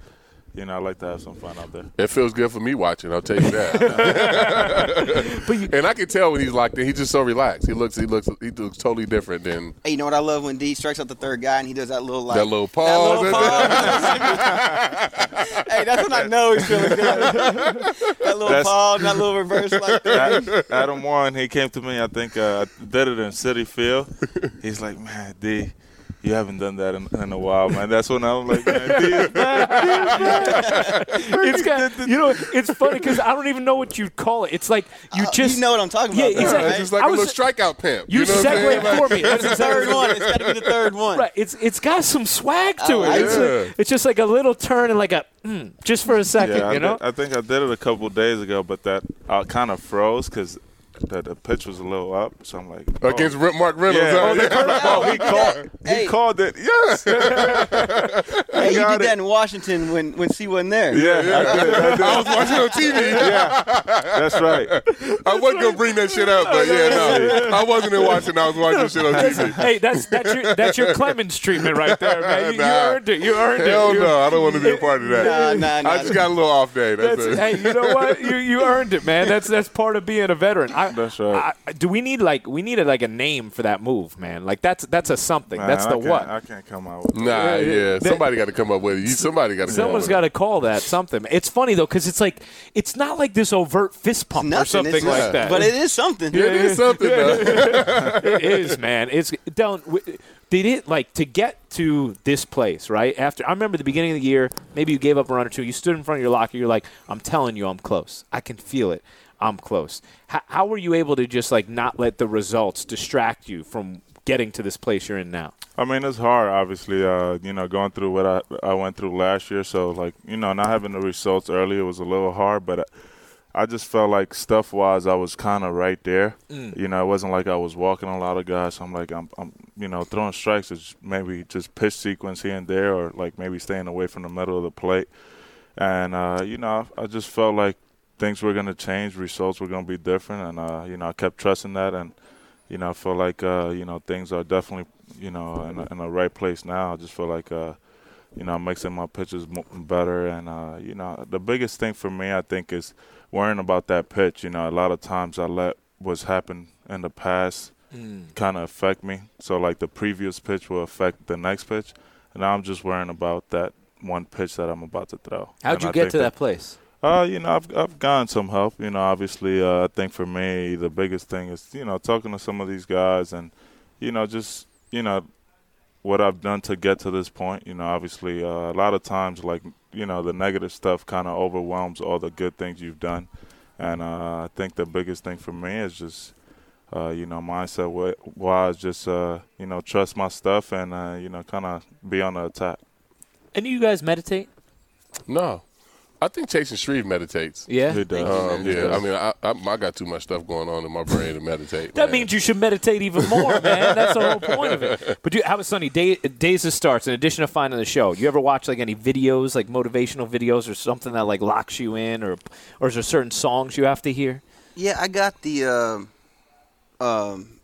[SPEAKER 4] you know, I like to have some fun out there.
[SPEAKER 2] It feels good for me watching. I'll tell you that.
[SPEAKER 3] *laughs*
[SPEAKER 1] *laughs* but you,
[SPEAKER 2] and I can tell when he's locked in. He's just so relaxed. He looks. He looks. He looks totally different than
[SPEAKER 3] Hey, you know what I love when D strikes out the third guy and he does that little like
[SPEAKER 2] that little
[SPEAKER 3] that
[SPEAKER 2] pause.
[SPEAKER 3] little
[SPEAKER 2] *laughs*
[SPEAKER 3] pause. hey, that's when I know he's feeling good. that little
[SPEAKER 4] That's-
[SPEAKER 3] pause, that little reverse like that.
[SPEAKER 4] Ad- Adam Warren, he came to me. I think uh, I did it in City Field. He's like, man, D, you haven't done that in, in a while, man. That's when I'm like, man, D is back.
[SPEAKER 1] it's got, you know, it's funny because I don't even know what you'd call it. It's like you
[SPEAKER 3] Uh,
[SPEAKER 1] just
[SPEAKER 3] you know what I'm talking
[SPEAKER 1] Yeah,
[SPEAKER 3] about. though,
[SPEAKER 1] exactly.
[SPEAKER 2] It's
[SPEAKER 3] right?
[SPEAKER 2] just like
[SPEAKER 1] I
[SPEAKER 2] a
[SPEAKER 1] was-
[SPEAKER 2] little strikeout pimp.
[SPEAKER 1] you
[SPEAKER 2] You, know what I'm
[SPEAKER 1] segue
[SPEAKER 2] saying?
[SPEAKER 1] it for me. That's
[SPEAKER 3] the
[SPEAKER 1] exactly
[SPEAKER 3] third one. It's got to be the third one.
[SPEAKER 1] Right. It's it's got some swag to
[SPEAKER 3] I
[SPEAKER 1] it.
[SPEAKER 3] like
[SPEAKER 1] It's,
[SPEAKER 2] it.
[SPEAKER 1] a- it's just like a little turn and like a mm, just for a second,
[SPEAKER 4] Yeah, I,
[SPEAKER 1] you know.
[SPEAKER 4] did- I think I did it a couple days ago, but that uh, kind of froze because the, the pitch was a little up. So I'm like,
[SPEAKER 1] *laughs*
[SPEAKER 4] oh.
[SPEAKER 2] Against Rip- Mark Reynolds.
[SPEAKER 4] Yeah.
[SPEAKER 2] huh?
[SPEAKER 3] *laughs*
[SPEAKER 4] Oh,
[SPEAKER 2] Yeah.
[SPEAKER 4] they Oh, he called.
[SPEAKER 3] Hey.
[SPEAKER 4] He called it. Yes. yeah,
[SPEAKER 3] Hey, you
[SPEAKER 4] got
[SPEAKER 3] did that in Washington when when C wasn't there.
[SPEAKER 4] I did, I did.
[SPEAKER 1] *laughs*
[SPEAKER 2] I was watching on TV.
[SPEAKER 4] That's right.
[SPEAKER 2] *laughs* I wasn't gonna bring that shit up, but yeah, no, I wasn't in watching. I was watching shit on TV.
[SPEAKER 1] hey, that's that's your that's your Clemens treatment right there, man. You, you
[SPEAKER 2] Nah.
[SPEAKER 1] earned it. You earned
[SPEAKER 2] Hell
[SPEAKER 1] it. You-
[SPEAKER 2] no, I don't want to be a part of that.
[SPEAKER 3] Nah, nah, nah.
[SPEAKER 2] I just got a little off day. That's,
[SPEAKER 1] That's,
[SPEAKER 2] it.
[SPEAKER 1] hey, you know what? You you earned it, man. That's that's part of being a veteran. I,
[SPEAKER 4] That's right.
[SPEAKER 1] I, do we need like we needed like a name for that move, man? Like that's that's a something.
[SPEAKER 4] Man,
[SPEAKER 1] that's
[SPEAKER 4] I
[SPEAKER 1] the
[SPEAKER 4] can't-
[SPEAKER 1] what.
[SPEAKER 4] I can't come out with.
[SPEAKER 2] Nah,
[SPEAKER 1] yeah.
[SPEAKER 2] yeah.
[SPEAKER 1] That-
[SPEAKER 2] Somebody got to come up with it. You, somebody got to.
[SPEAKER 1] Someone's got
[SPEAKER 2] come up
[SPEAKER 1] to call that something. It's funny though, because it's like it's not like this overt fist pump
[SPEAKER 3] Nothing.
[SPEAKER 1] or something
[SPEAKER 3] it's
[SPEAKER 1] like
[SPEAKER 3] just-
[SPEAKER 1] that.
[SPEAKER 3] But it is
[SPEAKER 1] *laughs*
[SPEAKER 3] something.
[SPEAKER 2] with it. It is something. though.
[SPEAKER 1] it is, man. It's don't. w- did it like to get to this place right after? I remember the beginning of the year. Maybe you gave up a run or two. You stood in front of your locker. You're like, I'm telling you, I'm close. I can feel it. I'm close. How, how were you able to just like not let the results distract you from getting to this place you're in now?
[SPEAKER 4] I mean, it's hard, obviously. Uh, you know, going through what I I went through last year, so like you know, not having the results earlier was a little hard, but. I, I just felt like stuff wise, I was kind of right there. You know, it wasn't like I was walking a lot of guys. So I'm like, I'm, I'm, you know, throwing strikes is maybe just pitch sequence here and there, or like maybe staying away from the middle of the plate. And uh, you know, I, I just felt like things were gonna change, results were gonna be different, and uh, you know, I kept trusting that, and you know, I feel like uh, you know things are definitely you know in, in the right place now. I just feel like. Uh, you know, mixing my pitches mo- better. And, uh, you know, the biggest thing for me, I think, is worrying about that pitch. You know, a lot of times I let what's happened in the past
[SPEAKER 1] Mm.
[SPEAKER 4] kind of affect me. So, like, the previous pitch will affect the next pitch. And now I'm just worrying about that one pitch that I'm about to throw.
[SPEAKER 1] How'd
[SPEAKER 4] And
[SPEAKER 1] you
[SPEAKER 4] I
[SPEAKER 1] get
[SPEAKER 4] think
[SPEAKER 1] to that place?
[SPEAKER 4] uh, you know, I've I've gotten some help. You know, obviously, uh, I think for me the biggest thing is you know talking to some of these guys and you know just you know what I've done to get to this point. You know, obviously, uh, a lot of times like you know the negative stuff kind of overwhelms all the good things you've done, and uh, I think the biggest thing for me is just uh, you know mindset wa- wise, just uh, you know trust my stuff and uh, you know kind of be on the attack.
[SPEAKER 1] And do you guys meditate?
[SPEAKER 2] No, I think Chasing Shreve meditates.
[SPEAKER 1] Yeah.
[SPEAKER 4] Who does?
[SPEAKER 2] Um, yeah, I mean, I, I, I got too much stuff going on in my brain to meditate.
[SPEAKER 1] That
[SPEAKER 2] man.
[SPEAKER 1] means you should meditate even more, man. That's the whole point of it. But do, how about Sonny? Day, days of starts. In addition to finding the show, you ever watch like any videos, like motivational videos, or something that like locks you in, or or is there certain songs you have to hear?
[SPEAKER 3] Yeah, I got the um um,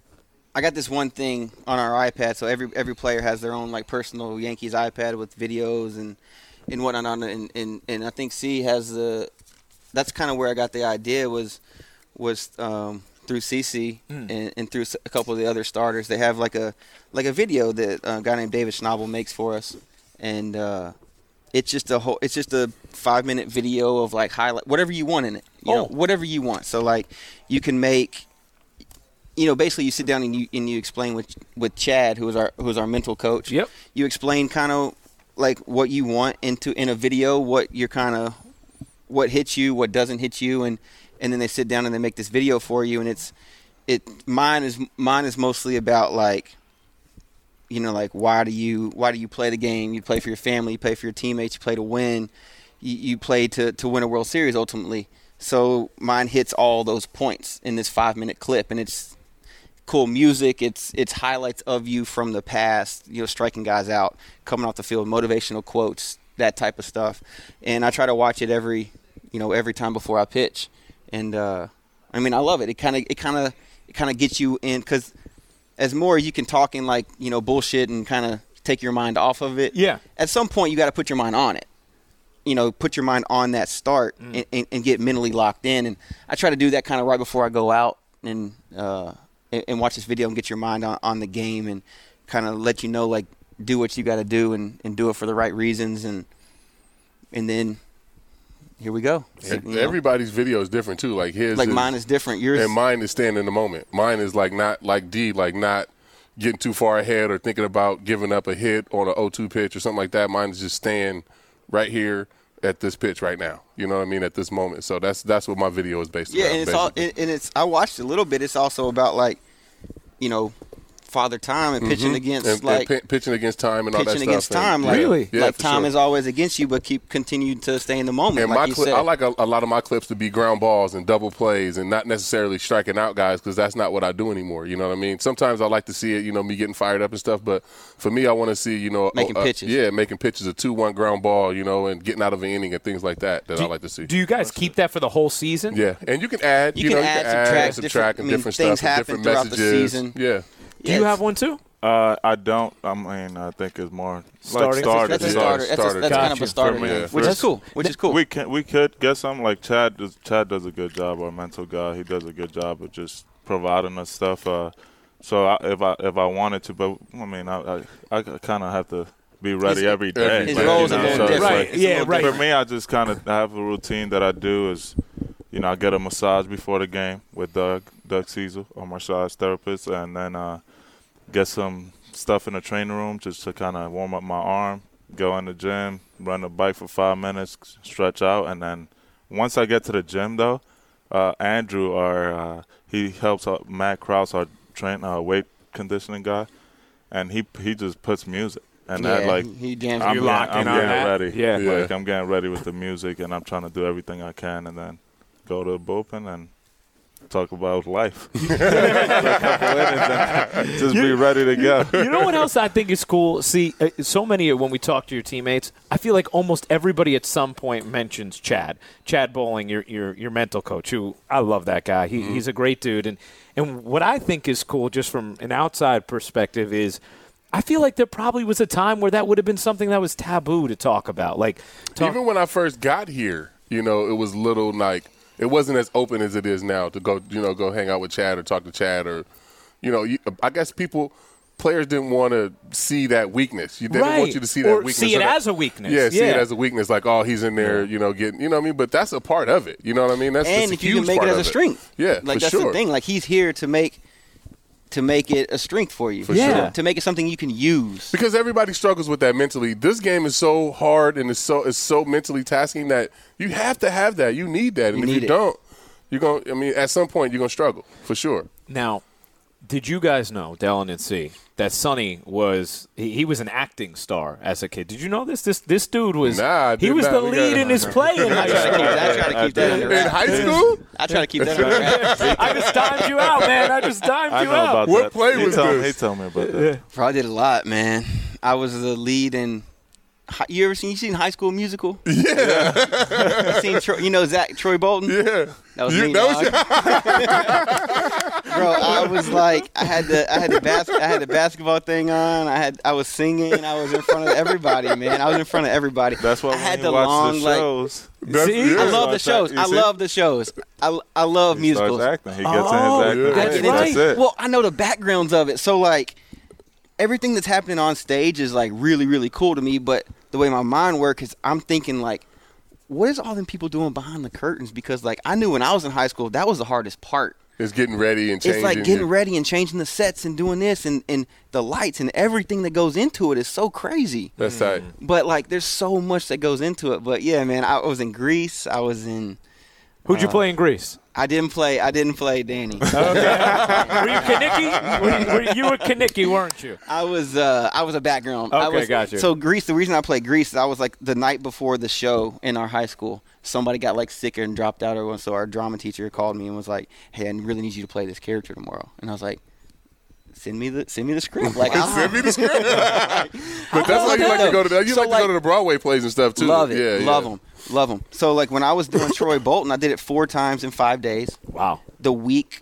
[SPEAKER 3] I got this one thing on our iPad. So every every player has their own like personal Yankees iPad with videos and and whatnot. On it. and and and I think C has the. That's kind of where I got the idea was was um, through CC and, and through s- a couple of the other starters. They have like a like a video that uh, a guy named David Schnabel makes for us, and uh, it's just a whole it's just a five minute video of like highlight whatever you want in it. You know,
[SPEAKER 1] Oh.
[SPEAKER 3] whatever you want. So like you can make you know, basically you sit down and you and you explain with with Chad, who is our who is our mental coach.
[SPEAKER 1] Yep.
[SPEAKER 3] You explain kind of like what you want into in a video, what you're kind of what hits you, what doesn't hit you, and and then they sit down and they make this video for you, and it's it mine is mine is mostly about like you know like why do you why do you play the game you play for your family you play for your teammates you play to win you, you play to, to win a world series ultimately so mine hits all those points in this five minute clip and it's cool music it's it's highlights of you from the past you know striking guys out coming off the field motivational quotes that type of stuff and i try to watch it every you know every time before i pitch and uh i mean i love it it kind of it kind of it kind of gets you in because as more you can talk in like you know bullshit and kind of take your mind off of it
[SPEAKER 1] Yeah.
[SPEAKER 3] at some point you got to put your mind on it you know put your mind on that start and, and, and get mentally locked in and i try to do that kind of right before i go out and uh and, and watch this video and get your mind on, on the game and kind of let you know like do what you got to do and, and do it for the right reasons and and then here we go
[SPEAKER 2] And
[SPEAKER 3] You know?
[SPEAKER 2] E, everybody's video is different too. Like his,
[SPEAKER 3] like mine is different yours
[SPEAKER 2] and mine is staying in the moment. Mine is like not like D, like not getting too far ahead or thinking about giving up a hit on an 0-2 pitch or something like that. Mine is just staying right here at this pitch right now. You know what I mean? At this moment. So that's that's what my video is based
[SPEAKER 3] Yeah,
[SPEAKER 2] around.
[SPEAKER 3] and it's all
[SPEAKER 2] basically.
[SPEAKER 3] and, and it's. I watched a little bit. It's also about like, you know, father time and pitching against
[SPEAKER 2] Mm-hmm. and, and
[SPEAKER 3] like
[SPEAKER 2] pi- pitching against time and all that
[SPEAKER 3] pitching
[SPEAKER 2] stuff.
[SPEAKER 3] against
[SPEAKER 2] and-
[SPEAKER 3] time.
[SPEAKER 2] yeah,
[SPEAKER 3] Like,
[SPEAKER 1] Really?
[SPEAKER 2] Yeah,
[SPEAKER 3] like
[SPEAKER 2] for
[SPEAKER 3] time
[SPEAKER 2] sure.
[SPEAKER 3] is always against you, but keep continue to stay in the moment.
[SPEAKER 2] And
[SPEAKER 3] like
[SPEAKER 2] my
[SPEAKER 3] you
[SPEAKER 2] clip,
[SPEAKER 3] said.
[SPEAKER 2] I like a, a lot of my clips to be ground balls and double plays and not necessarily striking out guys because that's not what I do anymore. You know what I mean? Sometimes I like to see it, you know, me getting fired up and stuff. But for me, I want to see, you know,
[SPEAKER 3] Making
[SPEAKER 2] uh,
[SPEAKER 3] pitches.
[SPEAKER 2] Yeah, making pitches, a two-one ground ball, you know, and getting out of an inning and things like that that I like to see.
[SPEAKER 1] Do you guys keep that for the whole season?
[SPEAKER 2] yeah, and you can add,
[SPEAKER 3] You
[SPEAKER 2] you,
[SPEAKER 3] can
[SPEAKER 2] know,
[SPEAKER 3] add,
[SPEAKER 2] you can
[SPEAKER 3] subtract,
[SPEAKER 2] add, subtract, and
[SPEAKER 3] different- I mean,
[SPEAKER 2] different
[SPEAKER 3] things
[SPEAKER 2] stuff, and different
[SPEAKER 3] happen throughout the
[SPEAKER 2] messages.
[SPEAKER 3] season.
[SPEAKER 2] Yeah.
[SPEAKER 1] Do you have one too?
[SPEAKER 4] Uh, I don't. I mean, I think it's more
[SPEAKER 1] Starting.
[SPEAKER 4] like starters.
[SPEAKER 3] That's a
[SPEAKER 2] Yeah,
[SPEAKER 3] starter. That's, a,
[SPEAKER 2] starter.
[SPEAKER 3] that's kind of
[SPEAKER 1] Gotcha.
[SPEAKER 3] a starter,
[SPEAKER 4] For me, yeah.
[SPEAKER 3] which is cool. Which is cool.
[SPEAKER 4] We can we could get some like Chad. Does, Chad does a good job. Our mental guy, he does a good job of just providing us stuff. Uh, so I, if I if I wanted to, but I mean, I I, I kind of have to be ready
[SPEAKER 3] His-
[SPEAKER 4] every day.
[SPEAKER 2] his
[SPEAKER 4] like,
[SPEAKER 2] roles
[SPEAKER 4] you
[SPEAKER 2] are
[SPEAKER 4] know,
[SPEAKER 2] a
[SPEAKER 4] so
[SPEAKER 2] little
[SPEAKER 4] it's
[SPEAKER 1] Right.
[SPEAKER 4] like-
[SPEAKER 1] yeah. Right.
[SPEAKER 4] for me, I just kind of have a routine that I do is, you know, I get a massage before the game with Doug, Doug Cecil, our massage therapist, and then uh, get some stuff in the training room just to kind of warm up my arm, go in the gym, run the bike for five minutes, stretch out, and then once I get to the gym though, uh, Andrew, our uh, he helps out Matt Krause, our train uh, weight conditioning guy, and he he just puts music, and that like
[SPEAKER 3] he jams
[SPEAKER 1] You
[SPEAKER 4] I'm, getting-
[SPEAKER 1] lock in
[SPEAKER 4] I'm
[SPEAKER 1] on
[SPEAKER 4] getting
[SPEAKER 1] that?
[SPEAKER 4] ready.
[SPEAKER 1] Yeah.
[SPEAKER 2] Yeah.
[SPEAKER 4] like I'm getting ready with the music, and I'm trying to do everything I can, and then go to the bullpen and talk about life. *laughs* For a couple innings and just be ready to go.
[SPEAKER 1] you know what else I think is cool? See, uh, so many of when we talk to your teammates, I feel like almost everybody at some point mentions Chad, Chad Bowling, your your your mental coach. Who I love that guy. He, He's a great dude. And and what I think is cool, just from an outside perspective, is. I feel like there probably was a time where that would have been something that was taboo to talk about. Like, talk,
[SPEAKER 2] Even when I first got here, you know, it was little like it wasn't as open as it is now to go, you know, go hang out with Chad or talk to Chad or, you know, you, I guess people, players didn't want to see that weakness. You didn't
[SPEAKER 1] right?
[SPEAKER 2] want you to see that
[SPEAKER 1] or
[SPEAKER 2] weakness.
[SPEAKER 1] see it
[SPEAKER 2] So that-
[SPEAKER 1] as a weakness.
[SPEAKER 2] yeah, see it as a weakness. Like, oh, he's in there, you know, getting, you know what I mean. But that's a part of it. You know what I mean? That's, that's
[SPEAKER 3] and
[SPEAKER 2] a
[SPEAKER 3] if you
[SPEAKER 2] huge
[SPEAKER 3] can make
[SPEAKER 2] part
[SPEAKER 3] it as
[SPEAKER 2] of
[SPEAKER 3] a strength.
[SPEAKER 2] Yeah,
[SPEAKER 3] like
[SPEAKER 2] for
[SPEAKER 3] that's
[SPEAKER 2] sure.
[SPEAKER 3] the thing. Like he's here to make to make it a strength for you.
[SPEAKER 1] Yeah. sure.
[SPEAKER 3] to make it something you
[SPEAKER 2] *laughs*
[SPEAKER 3] can use.
[SPEAKER 2] because everybody struggles with that mentally. This game is so hard and it's so it's so mentally tasking that you have to have that. You need that, and
[SPEAKER 3] You
[SPEAKER 2] if
[SPEAKER 3] need
[SPEAKER 2] you
[SPEAKER 3] it.
[SPEAKER 2] don't, you're gonna. I mean, at some point, you're gonna struggle for sure.
[SPEAKER 1] Now, did you guys know, Dallin and C, that Sonny was he, he was an acting star as a kid? Did you know this? This this dude was
[SPEAKER 2] Nah, I
[SPEAKER 1] he
[SPEAKER 2] did
[SPEAKER 1] was
[SPEAKER 2] not.
[SPEAKER 1] the
[SPEAKER 2] We
[SPEAKER 1] lead
[SPEAKER 2] gotta-
[SPEAKER 1] in his play in
[SPEAKER 3] I
[SPEAKER 1] high
[SPEAKER 3] try to keep
[SPEAKER 2] *laughs*
[SPEAKER 1] school.
[SPEAKER 3] that. I try to keep that under
[SPEAKER 2] In high school,
[SPEAKER 3] wraps. I try to keep that under wraps.
[SPEAKER 1] I just timed you out, man. I just timed
[SPEAKER 4] I
[SPEAKER 1] you
[SPEAKER 4] know
[SPEAKER 1] out.
[SPEAKER 4] about
[SPEAKER 2] What
[SPEAKER 4] that.
[SPEAKER 2] play
[SPEAKER 4] he
[SPEAKER 2] was
[SPEAKER 4] told,
[SPEAKER 2] this?
[SPEAKER 4] He told me about that.
[SPEAKER 3] Bro, I did a lot, man. I was the lead in. hi- You ever seen you seen High School Musical?
[SPEAKER 2] *laughs*
[SPEAKER 3] Yeah. you seen Tro- you know Zach Troy Bolton?
[SPEAKER 2] yeah.
[SPEAKER 3] That was
[SPEAKER 2] You-
[SPEAKER 3] me.
[SPEAKER 2] that was-
[SPEAKER 3] dog. *laughs* Bro, I was like, I had the I had the bas- I had the basketball thing on. I had I was singing. I was in front of everybody, man. I was in front of everybody.
[SPEAKER 4] That's why
[SPEAKER 3] I
[SPEAKER 4] when
[SPEAKER 3] had
[SPEAKER 4] you
[SPEAKER 3] the
[SPEAKER 4] watch
[SPEAKER 3] long
[SPEAKER 4] the
[SPEAKER 3] like.
[SPEAKER 4] shows,
[SPEAKER 2] That's-
[SPEAKER 1] See?
[SPEAKER 2] yeah.
[SPEAKER 3] I love
[SPEAKER 4] So
[SPEAKER 3] the
[SPEAKER 4] it's
[SPEAKER 3] shows.
[SPEAKER 4] like-
[SPEAKER 3] I
[SPEAKER 4] you see?
[SPEAKER 3] love the shows. I I love
[SPEAKER 4] he
[SPEAKER 3] musicals.
[SPEAKER 4] starts acting. He gets
[SPEAKER 1] Oh,
[SPEAKER 4] in his acting.
[SPEAKER 2] yeah.
[SPEAKER 4] phase.
[SPEAKER 3] That's
[SPEAKER 1] That's
[SPEAKER 3] right.
[SPEAKER 4] it.
[SPEAKER 3] Well, I know the backgrounds of it. So like everything that's happening on stage is like really, really cool to me, but the way my mind works is I'm thinking like what is all them people doing behind the curtains? Because like I knew when I was in high school that was the hardest part.
[SPEAKER 2] *laughs* It's getting ready and changing.
[SPEAKER 3] It's like getting ready and changing the sets and doing this and, and the lights and everything that goes into it is so crazy.
[SPEAKER 2] That's tight.
[SPEAKER 3] But like there's so much that goes into it. But yeah, man, I was in Greece, I was in
[SPEAKER 1] Who'd you play in Greece?
[SPEAKER 3] I didn't play I didn't play Danny.
[SPEAKER 1] Were you Kanicki? Were you, were, you were Kanicki, weren't you?
[SPEAKER 3] I was uh, I was a background. I
[SPEAKER 1] Okay,
[SPEAKER 3] was,
[SPEAKER 1] gotcha.
[SPEAKER 3] So Greece, the reason I played Greece, is I was like the night before the show in our high school. Somebody got like sick and dropped out, or so our drama teacher called me and was like, "Hey, I really need you to play this character tomorrow." And I was like, "Send me the send me the script." Like, Mm. *laughs* I
[SPEAKER 2] Send me the script. but that's why you like to go to the, you
[SPEAKER 3] So,
[SPEAKER 2] like, to
[SPEAKER 3] like-
[SPEAKER 2] go to the Broadway plays and stuff too.
[SPEAKER 3] love it,
[SPEAKER 2] Yeah,
[SPEAKER 3] love
[SPEAKER 2] yeah.
[SPEAKER 3] them, love them. So like when I was doing Troy Bolton, I did it four times in five days.
[SPEAKER 1] Wow.
[SPEAKER 3] The week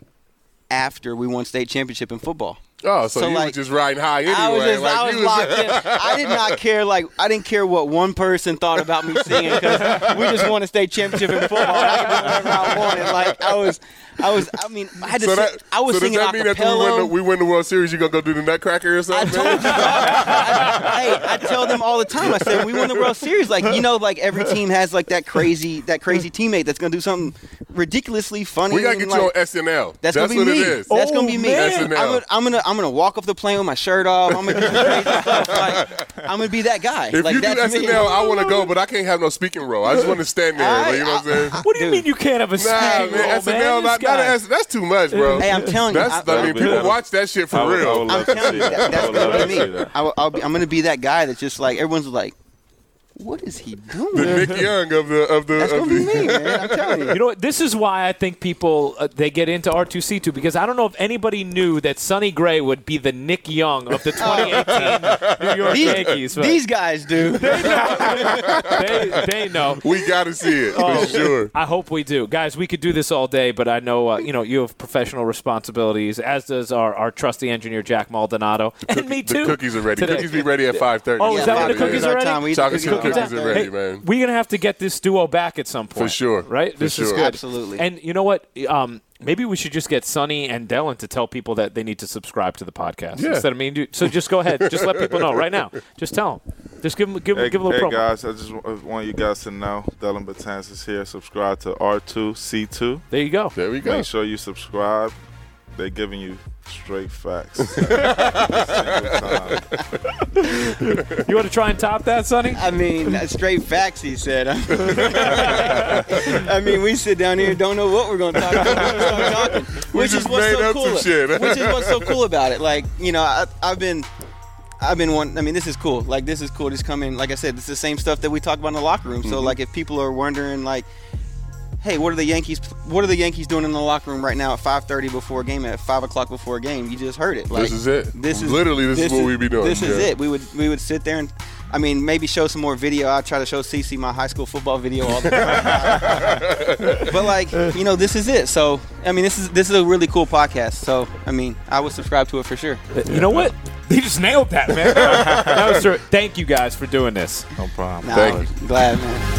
[SPEAKER 3] after we won state championship in football.
[SPEAKER 2] Oh, so,
[SPEAKER 3] So,
[SPEAKER 2] you were
[SPEAKER 3] like,
[SPEAKER 2] just riding high anyway.
[SPEAKER 3] I was just,
[SPEAKER 2] like,
[SPEAKER 3] I
[SPEAKER 2] you
[SPEAKER 3] was locked in.
[SPEAKER 2] *laughs*
[SPEAKER 3] I did not care. Like, I didn't care what one person thought about me singing because we just won a state championship in football. I could do whatever I wanted. Like, I was, I was. I mean, I had to.
[SPEAKER 2] So
[SPEAKER 3] sing,
[SPEAKER 2] that
[SPEAKER 3] I was
[SPEAKER 2] so does
[SPEAKER 3] singing
[SPEAKER 2] that mean after we win, the,
[SPEAKER 3] acapella.
[SPEAKER 2] we win the World Series, you gonna go do the Nutcracker or
[SPEAKER 3] I
[SPEAKER 2] something?
[SPEAKER 3] told you,
[SPEAKER 2] man?
[SPEAKER 3] dog. I, hey, I tell them all the time. I said we won the World Series. Like you know, like every team has like that crazy, that crazy teammate that's gonna do something ridiculously funny.
[SPEAKER 2] We gotta get
[SPEAKER 3] and, like,
[SPEAKER 2] you on SNL.
[SPEAKER 3] that's, gonna be
[SPEAKER 2] what
[SPEAKER 3] me.
[SPEAKER 2] it is.
[SPEAKER 3] That's
[SPEAKER 1] Oh,
[SPEAKER 3] gonna be me.
[SPEAKER 1] man.
[SPEAKER 3] I'm gonna, I'm gonna I'm gonna walk off the plane with my shirt off. I'm gonna
[SPEAKER 2] *laughs*
[SPEAKER 3] do some crazy stuff. Like, I'm gonna be that guy.
[SPEAKER 2] If
[SPEAKER 3] like
[SPEAKER 2] you do
[SPEAKER 3] that's
[SPEAKER 2] SNL,
[SPEAKER 3] me.
[SPEAKER 2] I want to go, but I can't have no speaking role. I just want to stand there. like, you know what I'm
[SPEAKER 3] *laughs*
[SPEAKER 2] saying?
[SPEAKER 1] What do you
[SPEAKER 3] Dude.
[SPEAKER 1] mean you can't have a
[SPEAKER 2] Nah,
[SPEAKER 1] speaking
[SPEAKER 2] man,
[SPEAKER 3] oh,
[SPEAKER 1] role,
[SPEAKER 2] SNL,
[SPEAKER 1] man? This
[SPEAKER 2] not, not
[SPEAKER 1] guy.
[SPEAKER 2] an S- that's too much, bro.
[SPEAKER 3] Hey, I'm telling you,
[SPEAKER 2] that's,
[SPEAKER 3] I-
[SPEAKER 2] I mean,
[SPEAKER 4] That'd be
[SPEAKER 2] people
[SPEAKER 4] better.
[SPEAKER 2] watch that shit for
[SPEAKER 4] I would- I
[SPEAKER 2] real.
[SPEAKER 4] would
[SPEAKER 3] I'm
[SPEAKER 4] love to
[SPEAKER 3] telling
[SPEAKER 4] see
[SPEAKER 3] you, that,
[SPEAKER 4] I
[SPEAKER 3] that's
[SPEAKER 4] would love
[SPEAKER 3] gonna
[SPEAKER 4] to
[SPEAKER 3] be
[SPEAKER 4] see
[SPEAKER 3] me.
[SPEAKER 4] that.
[SPEAKER 3] I will, I'll be, I'm gonna be that guy that's just like everyone's like, what is he
[SPEAKER 2] the
[SPEAKER 3] doing?
[SPEAKER 2] Nick Young of the of the
[SPEAKER 3] That's
[SPEAKER 2] of
[SPEAKER 3] gonna be
[SPEAKER 2] the.
[SPEAKER 3] me, man.
[SPEAKER 2] *laughs*
[SPEAKER 3] I'm telling you.
[SPEAKER 1] You know what? This is why I think people uh, they get into R two C two because I don't know if anybody knew that Sonny Gray would be the Nick Young of the
[SPEAKER 3] *laughs*
[SPEAKER 1] 2018 New York Yankees.
[SPEAKER 3] These,
[SPEAKER 1] but
[SPEAKER 3] these guys do.
[SPEAKER 1] they, they know.
[SPEAKER 2] *laughs* We gotta see it
[SPEAKER 1] Oh.
[SPEAKER 2] for
[SPEAKER 3] *laughs*
[SPEAKER 2] sure.
[SPEAKER 1] I hope we do, guys. We could do this all day, but I know uh, you know you have professional responsibilities, as does our, our trusty engineer Jack Maldonado, and me too.
[SPEAKER 2] The cookies are ready.
[SPEAKER 1] today.
[SPEAKER 2] Cookies be ready at five thirty.
[SPEAKER 1] Oh, is that when the cookies are
[SPEAKER 3] our
[SPEAKER 1] ready?
[SPEAKER 3] time. We eat the
[SPEAKER 2] Chocolate chip
[SPEAKER 3] cookies
[SPEAKER 2] cookies
[SPEAKER 3] all
[SPEAKER 2] are ready,
[SPEAKER 3] day.
[SPEAKER 2] man.
[SPEAKER 1] We're gonna have to get this duo back at some point,
[SPEAKER 2] For sure.
[SPEAKER 1] Right?
[SPEAKER 2] For
[SPEAKER 1] this is
[SPEAKER 2] sure.
[SPEAKER 1] good.
[SPEAKER 3] Absolutely.
[SPEAKER 1] And you know what? Um, maybe we should just get Sonny and Dylan to tell people that they need to subscribe to the podcast
[SPEAKER 2] Yeah.
[SPEAKER 1] instead of me. and you. So just go ahead. just let people know right now. Just tell them. Just give them give, 'em-
[SPEAKER 4] Hey,
[SPEAKER 1] give 'em a little
[SPEAKER 4] hey,
[SPEAKER 1] promo.
[SPEAKER 4] guys, I just wa- want you guys to know Dylan Batanz is here. Subscribe to R2C2.
[SPEAKER 1] There you go.
[SPEAKER 2] There we go.
[SPEAKER 4] Make sure you subscribe. They're giving you
[SPEAKER 2] *laughs*
[SPEAKER 4] Straight facts. Every time.
[SPEAKER 1] You want to try and top that, Sonny?
[SPEAKER 3] I mean, that's straight facts, he said. *laughs* I mean, we sit down here, don't know what we're going to talk about. We start talking, which
[SPEAKER 2] just
[SPEAKER 3] is what's
[SPEAKER 2] made
[SPEAKER 3] so
[SPEAKER 2] up
[SPEAKER 3] cool.
[SPEAKER 2] some shit.
[SPEAKER 3] which is what's so cool about it. Like, you know, I, I've been, I've been one. I mean, this is cool. Like, this is cool. Just come in. Like I said, it's the same stuff that we talk about in the locker room.
[SPEAKER 2] Mm-hmm.
[SPEAKER 3] So, like, if people are wondering, like, hey, what are the Yankees? What are the Yankees doing in the locker room right now at 5:30 before a game? At five o'clock before a game? You just heard it. Like,
[SPEAKER 2] This is it.
[SPEAKER 3] This is
[SPEAKER 2] Literally, this is what we be doing,
[SPEAKER 3] This is
[SPEAKER 2] yeah.
[SPEAKER 3] it. We would we would sit there and. I mean, maybe show some more video. I try to show CC my high school football video all the time.
[SPEAKER 2] *laughs*
[SPEAKER 3] but like, you know, this is it. So, I mean, this is this is a really cool podcast. So, I mean, I would subscribe to it for sure.
[SPEAKER 1] You know what? He just
[SPEAKER 2] *laughs*
[SPEAKER 1] nailed that, man. that was true. Thank you guys for doing this.
[SPEAKER 4] No problem.
[SPEAKER 3] Nah,
[SPEAKER 2] Thank
[SPEAKER 3] I'm Glad, man.